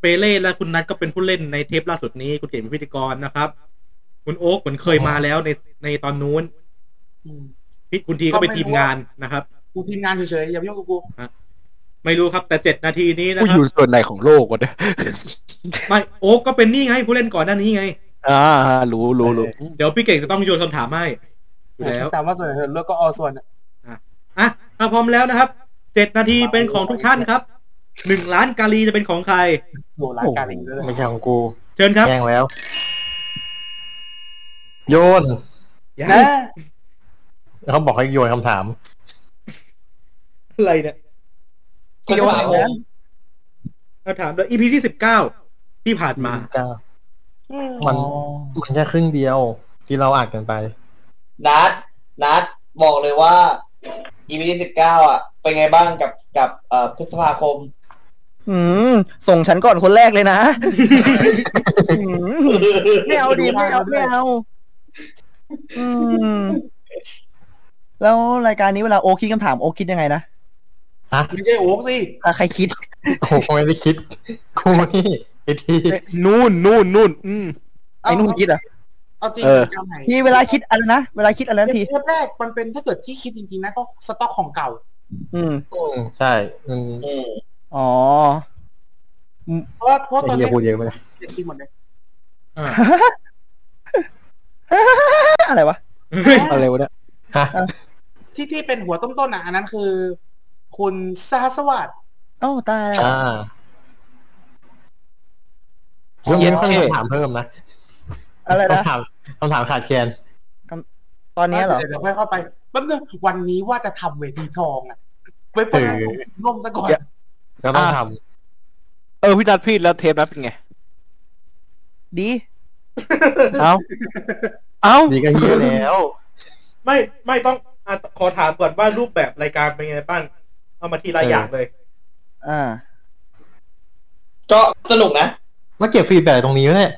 Speaker 6: เปเล่และคุณนัทก็เป็นผู้เล่นในเทปล่าสุดนี้ คุณเก่งเป็นพิธีกรนะครับ คุณโอ๊กเหมือนเคยมาแล้วในในตอนนู้น พี่คุณทีก็เป็นทีมงานนะครับ
Speaker 3: กูทีมงานเฉยๆอย่าไปยุ่งกับกู
Speaker 6: ไม่รู้ครับแต่เจ็ดนาทีนี้นะ
Speaker 9: กู
Speaker 6: ครั
Speaker 9: อบ ยู่ส่วนไหนของโลกวะเนี่ย
Speaker 6: ไม่โอ๊กก็เป็นนี่ไงผู้เล่นก่อนหน้านี้ไง
Speaker 9: อ่ารู้รู้รู้
Speaker 6: เดี๋ยวพี่เก่งจะต้องโยนคำถามให้อยู่แล้ว
Speaker 3: ตามว่าส่วนเถอะแล้วก็เอาส่วนอะ
Speaker 6: อ่ะถ้าพร้อมแล้วนะครับเจ็ดนาทีเป็นของทุกท่านครับหนึ่งล้านกาลีจะเป็นของใคร
Speaker 3: โหรายการเองเลย
Speaker 10: ไม่ใช่ของกู
Speaker 6: เชิญครับ
Speaker 10: แย่งแล้ว โยน
Speaker 6: ยัง
Speaker 3: นะ
Speaker 10: เขาบอกให้โยนคำถาม
Speaker 6: อะไรเนี่ย
Speaker 8: คนที่ถามผม
Speaker 6: เราถามด้วย EP ที่สิบเก้าที่ผ่านมา
Speaker 7: จ้ามันมันแค่ครึ่งเดียว ที่เราอ่านกันไป
Speaker 8: นัดนัดบอกเลยว่า EP ที่สิบเก้าอ่ะ เป็นไงบ้างกับกับเอ่อพฤษภาคม
Speaker 2: อืมส่งฉันก่อนคนแรกเลยนะอืมไม่เอาดีไม่เอาไม่เอาอืมแล้วรายการนี้เวลาโอคิดคำถามโอคิดยังไงนะ
Speaker 3: ไม่ใช่โอ๊กสิ
Speaker 2: อ่ะใครคิด
Speaker 7: โอ้โหไม่ได้คิดกูนี่ไอที
Speaker 9: นู่นนู่นนู่นอืม
Speaker 2: ไอ้นุ่นคิดอ่ะ
Speaker 3: เอาจริง
Speaker 9: เออ
Speaker 3: จำไหน
Speaker 2: ที่เวลาคิดอะไรนะเวลาคิดอะไรนะที
Speaker 3: เทปแรกมันเป็นถ้าเกิดที่คิดจริงๆนะก็สต็อกของเก่า
Speaker 2: อืม
Speaker 7: อืมใช่อืม
Speaker 2: อ๋อ
Speaker 3: เพราะว่าเพราะต
Speaker 7: ไอ
Speaker 3: อน
Speaker 7: เฮีย
Speaker 3: เนี้ย
Speaker 7: พูดเยอะไปนะ
Speaker 3: เด็กคิดหมดเลย
Speaker 6: อ่า
Speaker 2: อะไรวะอะไรวะเนี่ย
Speaker 3: ที่ที่เป็นหัวต้นๆอ่ะอันนั้นคือ คุณสหสวัสด
Speaker 2: อ้าวตายแล้ว
Speaker 7: อ่า
Speaker 2: อ๋อ
Speaker 7: เย็นเพิ่มคำถามเพิ่มนะ
Speaker 2: อะไรนะ
Speaker 7: คำถามคำถามขาดแคลน
Speaker 2: ตอนเนี้ยเหรอ
Speaker 3: ดี๋ยวค่อยเข้าไปแป๊บนึงวันนี้ว่าจะทำเวทีทองอ่ะไว้เปิดร่มซะก่อน
Speaker 9: เดี๋ยว
Speaker 7: ก็ต้องท
Speaker 9: เออพี่นัดพี่แล้วเทปนั้นเป็นไง
Speaker 2: ดี
Speaker 9: เอ้า เอ้า
Speaker 7: ำดีก็เฮียแล้ว
Speaker 6: ไม่ไม่ต้องอะขอถามก่อนว่ารูปแบบรายการเป็นไงบ้างเอามาทีละอย่างเลย
Speaker 2: อ่า
Speaker 8: ก็สนุกนะ
Speaker 7: มาเก็บฟีดแบ็กตรงนี้ไว้เนี่ย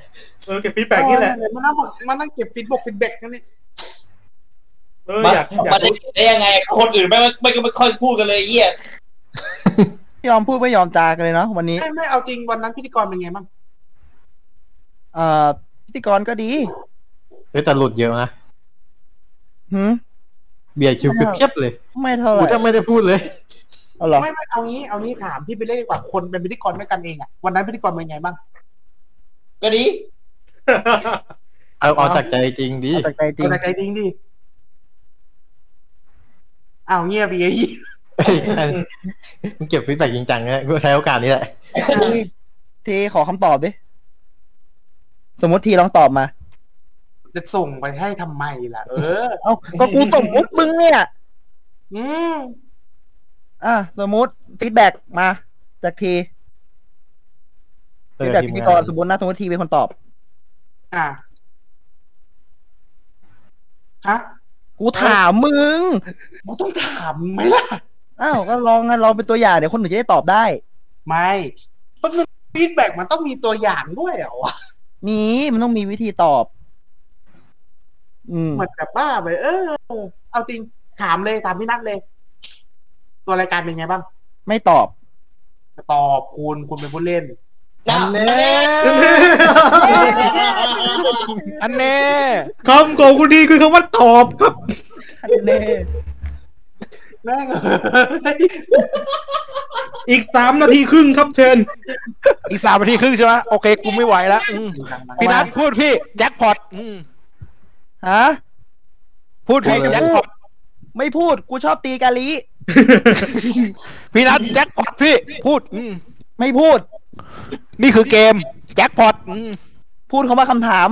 Speaker 6: เออเก็บฟีดแบ็กนี่แหละ
Speaker 3: มันนั่งบอกมันนั่งเก็บฟีดบกฟีดแบ็กนั่นนี่
Speaker 6: เออ
Speaker 8: มัน
Speaker 6: อยากอยาก
Speaker 8: มัน
Speaker 6: รู้
Speaker 8: ได้ยังไง คนอื่นไม่ไม่ไม่ค่อยพูดกันเลยไอ้เอี้ย
Speaker 2: ยอมพูดไม่ยอมจากันเลยเนาะวันนี้
Speaker 3: ไม่ไม่เอาจริงวันนั้นพิธีกรเป็นไงบ้าง
Speaker 2: เอ่อพิธีกรก็ดี
Speaker 7: เฮ้ยแต่หลุดเยอะนะ
Speaker 2: หืม
Speaker 7: เบียดคิวคือเพียบเลย
Speaker 2: ไม่เท่าไห
Speaker 7: กู
Speaker 2: ร่
Speaker 7: จะไม่ได้พูดเลย
Speaker 2: เอาเหรอ
Speaker 3: ไม่ไม่เอางี้เอางี้ถามพี่ไปเล่นดีกว่าคนเป็นพิธีกรด้วยกันเองอ่ะวันนั้นพิธีกรเป็นไงบ้าง
Speaker 8: ก็ดี
Speaker 7: เอาเอาจากใจจริงดิ
Speaker 2: จากใจจริง
Speaker 3: เอาใจจริงดิเอาเงียบไปไอ้เหี้ย
Speaker 7: เฮ้ยอันมึงเก็บฟีดแบ็กจริงจังนะกูใช้โอกาสนี้แหละ
Speaker 2: ทีขอคำตอบดิ สมมติทีลองตอบมา
Speaker 3: จะส่งไปให้ทำไมล่ะ เออ
Speaker 2: เอ้า ก็กูสมมติมึงเนี่ย
Speaker 3: อืม
Speaker 2: อ่ะ สมมติฟีดแบ็กมา จากที
Speaker 7: เอ
Speaker 2: ฟีด
Speaker 7: อ
Speaker 2: แบ็ก
Speaker 7: ที
Speaker 2: พิ
Speaker 7: ม
Speaker 2: ธี
Speaker 7: งาก
Speaker 2: ร
Speaker 7: น
Speaker 2: สมมตินะสมมติทีเป็นคนตอบ
Speaker 3: อ่ะฮะ
Speaker 2: กูถามมึง
Speaker 3: กูต้องถามไหมล่ะ
Speaker 2: อ้าว ก็ลองนะลองเป็นตัวอย่างเดี๋ยวคนอื่นจะได้ตอบได้
Speaker 3: ไม่แป๊บนึงฟีดแบ็กมันต้องมีตัวอย่างด้วยเหรอวะ
Speaker 2: มี มันต้องมีวิธีตอบ อืม
Speaker 3: เหมือนกับบ้าไป เออ เอาจริง ถามเลย ถามพี่นัทเลย ตัวรายการเป็นไงบ้าง
Speaker 2: ไม่ตอบ
Speaker 3: ตอบคุณคุณเป็นผู้เล่น
Speaker 8: นะ
Speaker 9: อันแน่
Speaker 6: คำของคุณดีคือคำว่าตอบครับ
Speaker 2: เน่
Speaker 3: แม่งเอ
Speaker 6: อีกสามนาทีครึ่งครับเชิญ
Speaker 9: อีกสามนาทีครึ่งใช่ไหมโอเคกูไม่ไหวแล้วอืม
Speaker 3: อ
Speaker 9: พี่นัทพูดพี่ แจ็คพอตอืม
Speaker 2: ฮะ
Speaker 9: พูดพี่แจ็คพอต
Speaker 2: ไม่พูด กูชอบตีกะลี
Speaker 9: พี่นัทแจ็คพอตพี่ พูดอืม
Speaker 2: ไม่พูด
Speaker 9: นี่คือเกม แจ็คพอตอืม
Speaker 2: พูดคำว่าคำถาม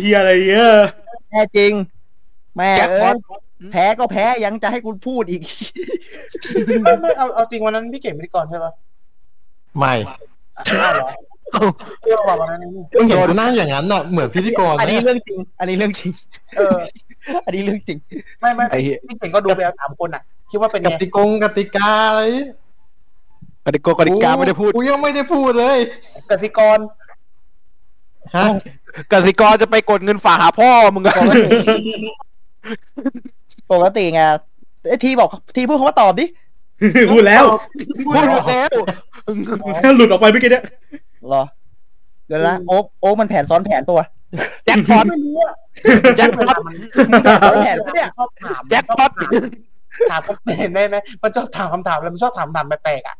Speaker 6: เฮียอะไรเนี่ย
Speaker 2: แน่จริง แม่
Speaker 9: แจ็ค
Speaker 2: เอ้
Speaker 9: พอย ต
Speaker 2: แพ้ก็แพ้ยังจะให้กูพูดอีก
Speaker 3: ไม่ไม่เอาเอาจริงวันนั้นพี่เก่งพิธีกรใช่ปะ
Speaker 7: ไม่
Speaker 3: อ้าวเหรอเออว่าวันนั้นนี่
Speaker 7: มึงเห็นกูนั่งอย่างนั้นน่ะ เหมือนพิธีกร
Speaker 2: อันนี้
Speaker 7: เนี่ย
Speaker 2: เรื่องจริง อันนี้เรื่องจริง
Speaker 3: เออ
Speaker 2: อันนี้เรื่องจริง
Speaker 3: ไม่ไม่
Speaker 9: ไอ้เหี้ย
Speaker 3: พี่เก่งก็ดูไปเอาถามคนอ่ะ คิดว่าเป็น
Speaker 7: ก
Speaker 3: ไง
Speaker 7: ติกงกติกาอะไร
Speaker 9: กติกากติกาไม่ได้พูด
Speaker 7: กูยังไม่ได้พูดเลย
Speaker 3: กสิกร
Speaker 7: ฮะ
Speaker 9: กสิกรจะไปกดเงินฝากหาพ่อมึงอะ
Speaker 2: ปกติไงเอ้ยทีบอกทีพูดคำว่าตอบดิ
Speaker 6: พูดแล้ว
Speaker 9: พูดหมดแล้ว
Speaker 6: หลุดออกไปเมื่อกี้เนี่ย
Speaker 2: เหรอ เดี๋ยวนะโอ๊กโอ๊กมันแผนซ้อนแผนปะวะ
Speaker 9: แจ็คพอตแจ็คพอต
Speaker 2: ซ้อนแผนปะเนี่ย
Speaker 3: ชอบถาม
Speaker 9: แจ็คพอต
Speaker 3: ถามคำเห็นได้ไหมมันชอบถามคำถามแล้วมันชอบถามคำถามแปลกๆอ่ะ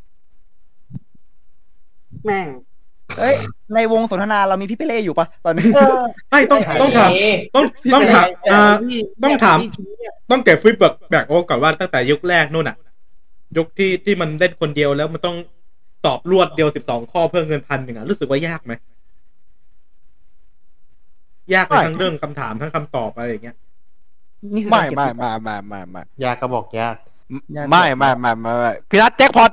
Speaker 3: แม่ง
Speaker 2: เอ้ย ในวงสนทนาเรามีพี่เปเล่อยู่ปะตอนนี้
Speaker 6: ไม่ต้องต้องถาม
Speaker 8: นี่
Speaker 6: ต้องต้องถามอ่า ต้องถาม
Speaker 3: พี่ชี้เนี่ย
Speaker 6: ต้องเก็บฟีดแบ็กแบ็กโอ้ก่อนว่าตั้งแต่ยุคแรกนู่นน่ะ ยุคที่ที่มันเล่นคนเดียวแล้วมันต้องตอบรวดเดียวสิบสองข้อเพื่อเงินพันหนึ่งอ่ะ รู้สึกว่ายากไหมยากไหมทั้งเรื่องคำถามทั้งคำตอบอะไรอย่างเงี้ย
Speaker 2: นี่คือ
Speaker 9: ไม่
Speaker 2: การเก็บ
Speaker 9: ไม่
Speaker 2: ผิด
Speaker 9: ไม่ไม่ไม่ไม่
Speaker 7: ยากก็บอกยาก
Speaker 2: ยัง
Speaker 9: ไม่ไม่ไม่ไม่ไม่พี่นัทแจ็คพอต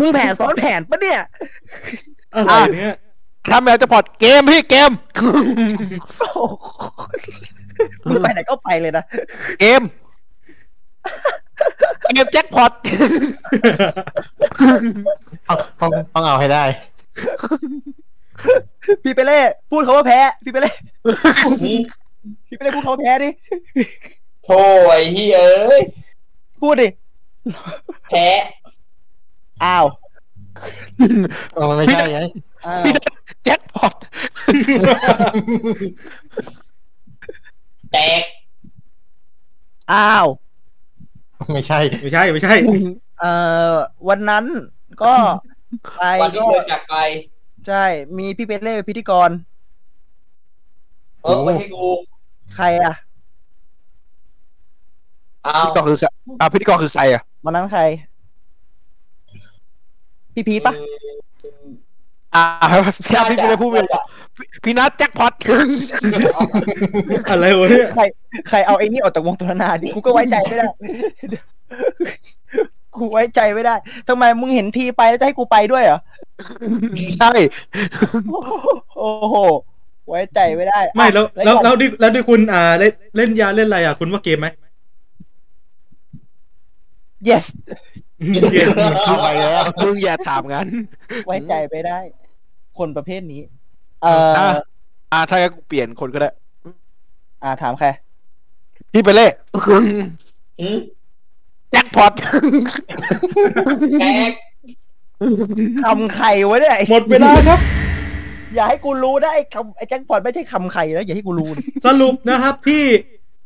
Speaker 2: มึงแผนซ้อนแผนปะเนี่ย
Speaker 6: อะไรเนี่ย
Speaker 9: ทำแล้วจะพอดเกมพี่เกม
Speaker 2: โอ้โหมึงไปไหนก็ไปเลยนะ
Speaker 9: เกม เกมแจ็คพอต
Speaker 7: ต้องต้องต้องเอาให้ได้
Speaker 2: พี่เปเล่พูดเขาว่าแพ้ พี่เปเล่พี่เปเล่พูดเขาว่าแพ้ดิ
Speaker 8: โธ่ไอ้เฮียเอ้ย
Speaker 2: พูดดิ
Speaker 8: แพ้
Speaker 2: อ้าว
Speaker 7: เออมันไม่ใช่ไง *laughs*
Speaker 2: อ้าว
Speaker 9: แจ็คพอต
Speaker 8: แตก
Speaker 2: อ้าว
Speaker 7: ไม่ใช่
Speaker 6: ไม่ใช่
Speaker 2: *laughs*
Speaker 6: ไม่ใช่
Speaker 2: เอ่อ วันนั้นก็ ไป
Speaker 8: วันที่
Speaker 2: ก็
Speaker 8: เธอจากไป
Speaker 2: ใช่ มีพี่เปเล่เป็นพิธีกร
Speaker 8: เออไม่ใช่กู
Speaker 2: ใครอะ
Speaker 8: เอา
Speaker 9: พิธีกรคือใครอ่ะพิธีกรคือใครอ่ะ
Speaker 2: วันนั้นใคร พี่พีชปะ
Speaker 9: อ่าพี่นัทพี่ไม่ได้พูดไป
Speaker 8: น่าจะ
Speaker 9: พี่นัทแจ็คพอต
Speaker 6: อะไรวะเนี่ย
Speaker 2: ใครเอาไอ้นี่ออกจากวงตรนาดิ กูก็ไว้ใจ *laughs* ไม่ได้ กูไว้ใจไม่ได้ ทำไมมึงเห็นทีไปแล้วจะให้กูไปด้วยเหรอ
Speaker 9: ใช่
Speaker 2: โอ้โห ไว้ใจไม่ได้
Speaker 6: ไม่แล้ว
Speaker 2: อ่ะ
Speaker 6: แล้วแล้วดิแล้วดิคุณอ่าเล่นเล่นยาเล่นอะไรอ่ะคุณว่าเกมไหม
Speaker 2: อย่าง yes
Speaker 6: เกม
Speaker 9: ไปแล้วมึงอย่าถามงั้น
Speaker 2: ไว้ใจไม่ได้ คนประเภทนี้ เอ่อ
Speaker 9: อ่ะ อ่าถ้างั้นกูเปลี่ยนคนก็ได้
Speaker 2: อ่าถามใคร
Speaker 9: พี่ไปเล่
Speaker 8: อืม
Speaker 9: แจ็คพอต
Speaker 8: แตก
Speaker 2: คำใครวะเนี่ยไอ้
Speaker 6: หมดเวลาครับ
Speaker 2: *laughs* อย่าให้กูรู้นะไอ้คำไอ้แจ็คพอตไม่ใช่คำใครนะอย่าให้กูรู้นะ
Speaker 6: *laughs* สรุปนะครับที่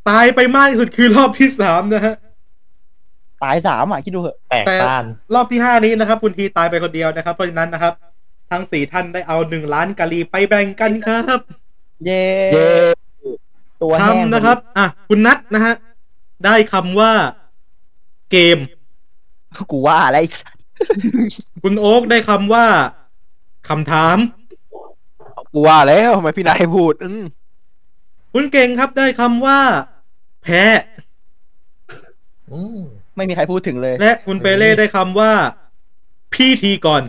Speaker 6: ตายไปมากที่สุดคือรอบที่สามนะฮะ
Speaker 2: ตายสามอ่ะ คิดดูเหอะ
Speaker 7: แตกต้าน
Speaker 6: รอบที่ห้านี้นะครับ คุณทีตายไปคนเดียวนะครับ เพราะฉะนั้นนะครับ ทั้งสี่ท่านได้เอาหนึ่งล้านกะลีไปแบ่งกันครับ
Speaker 2: เย่
Speaker 9: เย้
Speaker 2: ตัวแห้ง
Speaker 6: คำนะครับ อ่ะ คุณนัทนะฮะ ได้คำว่า เกม
Speaker 2: กูว่าอะไรอีก
Speaker 6: คุณโอ๊กได้คำว่าคำถาม
Speaker 9: กูว่าแล้วทำไมพี่นัทให้พูดอืม
Speaker 6: คุณเก่งครับได้คำว่า แพ้
Speaker 7: อืม
Speaker 2: ไม่มีใครพูดถึงเลย
Speaker 6: และคุณเปเล่ได้คำว่า พี่ทีก่อน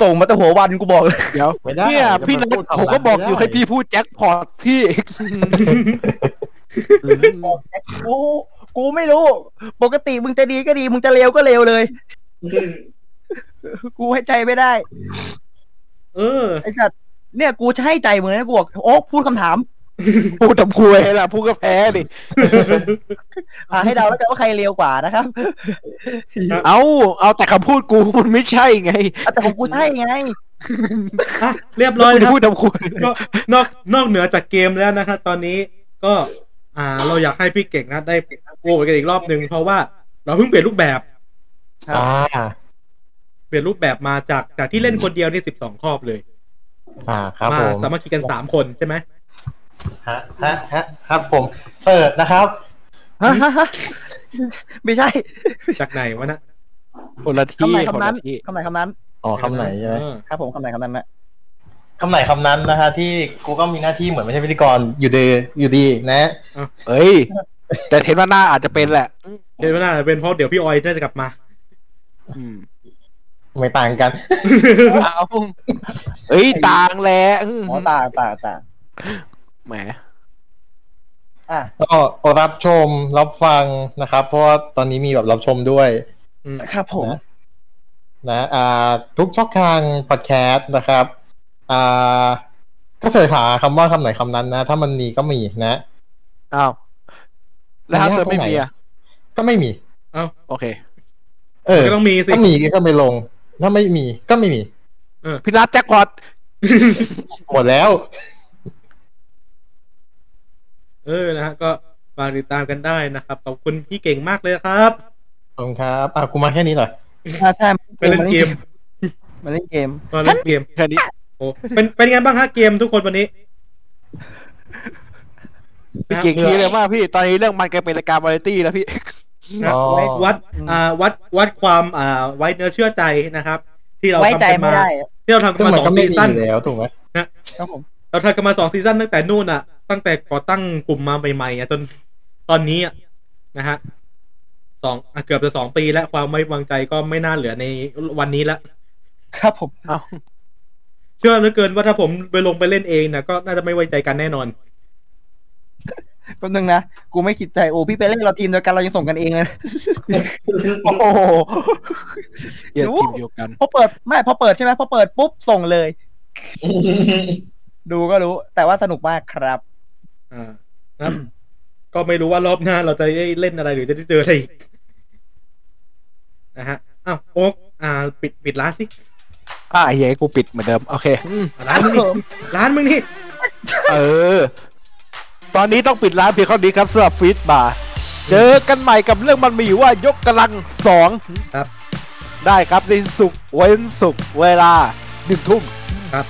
Speaker 2: ส่งมาแต่หัววันกูบอกเลย
Speaker 9: เดี๋ยว
Speaker 7: ไม่ได้
Speaker 9: เนี่ย
Speaker 7: จะ
Speaker 9: พี่นั
Speaker 7: มา
Speaker 9: ท
Speaker 7: พูดคำ
Speaker 9: ผมก็บอก
Speaker 7: นั้นไม่ได้
Speaker 9: อยู่ให้พี่พูดแจ็คพอตพี่
Speaker 2: กูกูไม่รู้ ปกติมึงจะดีก็ดี มึงจะเลวก็เลวเลย กูให้ใจไม่ได้
Speaker 6: เออ
Speaker 2: ไอ้สัตว์เนี่ยกูจะให้ใจมึงนะกูบอกโอ้พูดคำถาม
Speaker 9: พูดทำคุยล่ะพูดก็แพ้ดิ
Speaker 2: อ่าให้เดาแล้วกันว่าใครเลวกว่านะครับ
Speaker 9: เอาเอาแต่คำพูดกูมันไม่ใช่ไง
Speaker 2: อ่ะแต่ของกูใช่ไง
Speaker 6: อ่ะ เรียบร้อยครับ
Speaker 9: กูจะพูดทำคุย
Speaker 6: นอกนอกนอกเหนือจากเกมแล้วนะครับตอนนี้ก็ อ่า เราอยากให้พี่เก่งนะได้โหวตกันอีกรอบหนึ่งเพราะว่าเราเพิ่งเปลี่ยนรูปแบบ
Speaker 7: อ่า
Speaker 6: เปลี่ยนรูปแบบมาจากจากที่เล่นคนเดียวนี่สิบสองครอบเลย
Speaker 7: อ่า ครับ
Speaker 6: มา
Speaker 7: ผม
Speaker 6: สามัคคีกันสามคนใช่ไหม
Speaker 7: ฮะฮะฮะครับผมเสิร์ชนะครับ
Speaker 2: ฮะฮะฮะ *laughs* ไม่ใช่
Speaker 6: จากไหนวะนะ
Speaker 9: คนละ
Speaker 2: คำ
Speaker 9: ที่
Speaker 2: ไหน
Speaker 9: คน
Speaker 2: คำนั้
Speaker 9: ละ
Speaker 2: น
Speaker 9: ที่
Speaker 2: คำไหนคำนั้น
Speaker 7: อ๋อคำไหนใช่ไหม
Speaker 6: เออ
Speaker 2: ครับผมคำไหนคำนั้นนะ
Speaker 7: คำไหนคำนั้นนะฮะที่กูก็มีหน้าที่เหมือนไม่ใช่พิธีกรอยู่ดีอยู่ดีนะ
Speaker 9: เอ้ย แต่เห็นว่าหน้าอาจจะเป็นแหละ
Speaker 6: เดี๋ยวน่าจะเป็นเพราะเดี๋ยวพี่ออยน่าจะกลับมา
Speaker 9: อืม
Speaker 7: ไม่ต่างกัน *laughs*
Speaker 9: เอาเอ้ยต่างแหละอืม
Speaker 2: อ๋อต่างต่างต่าง
Speaker 9: แหม
Speaker 2: อ่ะ
Speaker 7: ก็รับชมรับฟังนะครับ เพราะว่าตอนนี้มีแบบรับชมด้วย
Speaker 2: ครับผม
Speaker 7: นะอ่าทุกช่องทางพอดแคสต์นะครับอ่าก็เสิร์ชหาคำว่าคำไหนคำนั้นนะ ถ้ามันมีก็มีนะ
Speaker 9: อ้าว แล้วถ้า
Speaker 7: มันยาก
Speaker 9: เธอไม่
Speaker 7: ตรงไหน
Speaker 9: มีอ่ะ
Speaker 7: ก็ไม่มี
Speaker 9: โอเค
Speaker 7: เออ
Speaker 6: ก็ต้องมีสิ
Speaker 7: ถ้ามีก็ไม่ลง ถ้าไม่มีก็ไม่มี
Speaker 9: พี่นัทแจ็คพอต
Speaker 7: หมดแล้ว
Speaker 6: เออนะฮะก็มาติดตามกันได้นะครับขอบคุณพี่เก่งมากเลยครับ
Speaker 7: ขอบคุณครับอ่ะกูมาแค่นี้หน่อย
Speaker 2: อ่ะใช่
Speaker 6: ไปเล่นเกม
Speaker 2: มาเล่นเกม
Speaker 6: มาเล่นเกม
Speaker 9: แค่นี้
Speaker 6: โอ้เป็นเป็นไงบ้างฮะเกมทุกคนวันนี้
Speaker 9: พี่เก่งทีเลยมากพี่ ตอนนี้เรื่องมันกลายเป็นรายการวาไรตี้แล้วพี่ *laughs*
Speaker 6: นะ
Speaker 7: อ๋อ
Speaker 6: ไว้วัดอ่าวัดวัดความอ่าไว้เนื้อเชื่อใจนะครับ ที่เรา
Speaker 2: ไว้
Speaker 6: ทำ
Speaker 2: ใจ
Speaker 6: กัน
Speaker 2: ไม่
Speaker 6: มา
Speaker 2: ได้
Speaker 6: ที่เราทำกั
Speaker 7: ซึ่
Speaker 6: น
Speaker 7: ง
Speaker 6: มา
Speaker 7: มั
Speaker 6: ส
Speaker 7: น
Speaker 6: อ
Speaker 7: ก็
Speaker 6: ง
Speaker 7: ไม่
Speaker 6: ซี
Speaker 7: มี
Speaker 6: ซั่น
Speaker 7: อยู่แล้วถูกไหม
Speaker 2: ครับผม
Speaker 6: เราทำกันมาสองซีซั่นตั้งแต่นู่นอ่ะ ตั้งแต่ก่อตั้งกลุ่มมาใหม่ๆอ่ะจนตอนนี้อ่ะนะฮะสองอ่ะเกือบจะสองปีแล้วความไม่วางใจก็ไม่น่าเหลือในวันนี้ละ
Speaker 2: ครับผม
Speaker 9: เอา
Speaker 6: เชื่อเหลือเกินว่าถ้าผมไปลงไปเล่นเองนะก็น่าจะไม่ไว้ใจกันแน่นอน
Speaker 2: แป๊บนึงนะ กูไม่คิดใจโอ้พี่ไปเล่นเราทีมเดียวกันเรายังส่งกันเองเลยนะ
Speaker 9: โอ้โหเหี้ยทีมเดียวกัน
Speaker 2: พอเปิดไม่พอเปิดใช่ไหมพอเปิดปุ๊บส่งเลย ดูก็รู้ แต่ว่าสนุกมากครับ
Speaker 6: อ่านะครับ ก็ไม่รู้ว่ารอบหน้าเราจะได้เล่นอะไรหรือจะได้เจออะไรอีกนะฮะอ้าวโอ๊กอ่า ปิดปิดร้านสิ
Speaker 9: อ่ะไอ้เหี้ยกูปิดเหมือนเดิม โอเค
Speaker 6: ร้านมึงนี่ร้านมึงนี่
Speaker 9: เออ ตอนนี้ต้องปิดร้านเพียงเท่านี้ครับสำหรับฟีดบาร์ เจอกันใหม่กับเรื่องมันมีอยู่ว่ายกกำลังสอง
Speaker 6: ครับ
Speaker 9: ได้ครับในสุกร์เว้นสุกร์เวลาหนึ่งทุ่ม
Speaker 6: ครับ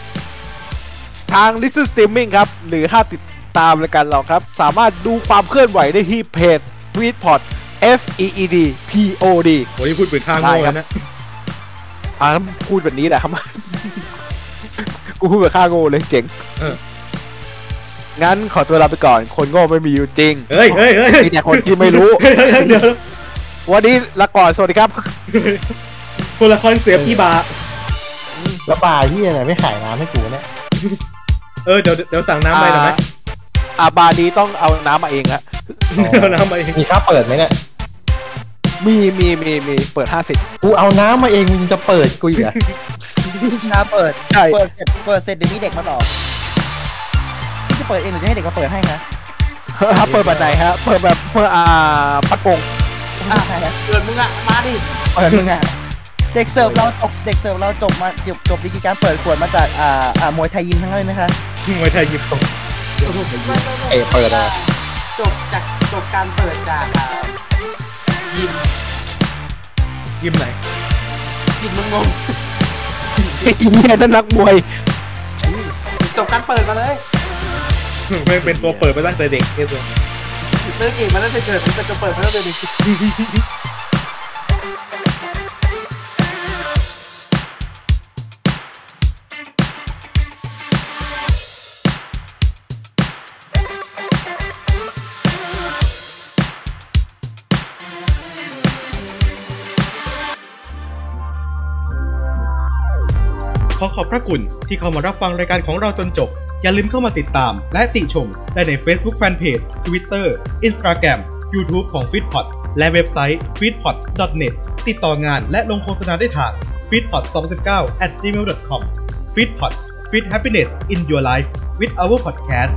Speaker 9: ทาง l i s t e n Streaming ครับ หรือถ้าติดตามรายการเราครับ สามารถดูความเคลื่อนไหวได้ที่เพจ f e e d p o d F E E D P O D
Speaker 6: โอ้ยพูดปืนข้างโง่แล้วนะ
Speaker 9: อ่าพูดแบบนี้แหละครับ *laughs* กูพูดแบบค่าโง่เลยเจ๋ง
Speaker 6: เออ
Speaker 9: งั้นขอตัวลาไปก่อน คนโง่ไม่มีอยู่จริง
Speaker 6: เฮ้ยเฮ้ยเฮ้ย
Speaker 9: มีแต่คนที่ไม่รู้
Speaker 6: *laughs* เดี๋ยว
Speaker 9: วันนี้ลาก่อน สวัสดีครับ
Speaker 6: คนละคอนเสียพี่บา
Speaker 7: แล้วบาร์ที่อะไรไม่ขายน้ำให้กูเนี่ย
Speaker 6: เออเดี๋ยวเดี๋ยวสั่งน้ำไปหรือไหม
Speaker 9: อาบาร์นี้ต้องเอาน้ำมาเองละ
Speaker 6: เอาน้ำไป *laughs*
Speaker 7: มีค่าเปิดไหมเนี่ย
Speaker 9: มีมีมีมีเปิด
Speaker 7: กูเอาน้ำมาเองมึงจะเปิดกูอีกเหร
Speaker 6: *laughs*
Speaker 7: อ
Speaker 2: ครับเปิด
Speaker 9: ใช่
Speaker 2: เปิดเสร็จเปิดเสร็จเดี๋ยวมีเด็กมาต่อพี่จะเปิดเองหรือจะให้เด็กมาเปิดให้นะ
Speaker 9: 50ถ้าเปิ *laughs* ดแบบไหนฮะ เปิดแบบเปิดอ่าปักกง
Speaker 2: อ่ะใช่ครับ
Speaker 8: เกิดมึงอะมาดิ
Speaker 2: เปิดมึงอ่ะเด็กเสิร์ฟเราจบเด็กเสิร์ฟเราจบมาจบจบดีกรีการเปิดขวดมาจากอ่าอ่ามวยไทยยิมทั้งนั้นเลยนะคะ
Speaker 6: มวยไทยยิบ
Speaker 7: เอะเปิดอ่ะ
Speaker 3: จบจากจบการเปิดจากอ่ายิม
Speaker 6: ยิมไหน
Speaker 3: ยิมมึงงง
Speaker 9: ไอ้เหี้ยนั่นนักมวย
Speaker 3: จบการเปิดมาเลย
Speaker 6: ไม่เป็นตัวเปิดมาตั้งแต่เด็กเนี่ยตัว
Speaker 3: เลิกเก่งมาตั้งแต่เกิดมันจะเปิดมาตั้งแต่เด็ก
Speaker 6: ขอขอบพระคุณที่เข้ามารับฟังรายการของเราจนจบ อย่าลืมเข้ามาติดตาม และติชม ได้ใน Facebook Fanpage Twitter Instagram YouTube ของ f e e d p o t และเว็บไซต์ f e e d p o t n e t ติดต่องานและลงโฆษณาได้ทาง f e e d p o t 2019 at gmail.com f e e d p o t Feed Happiness in Your Life with our podcast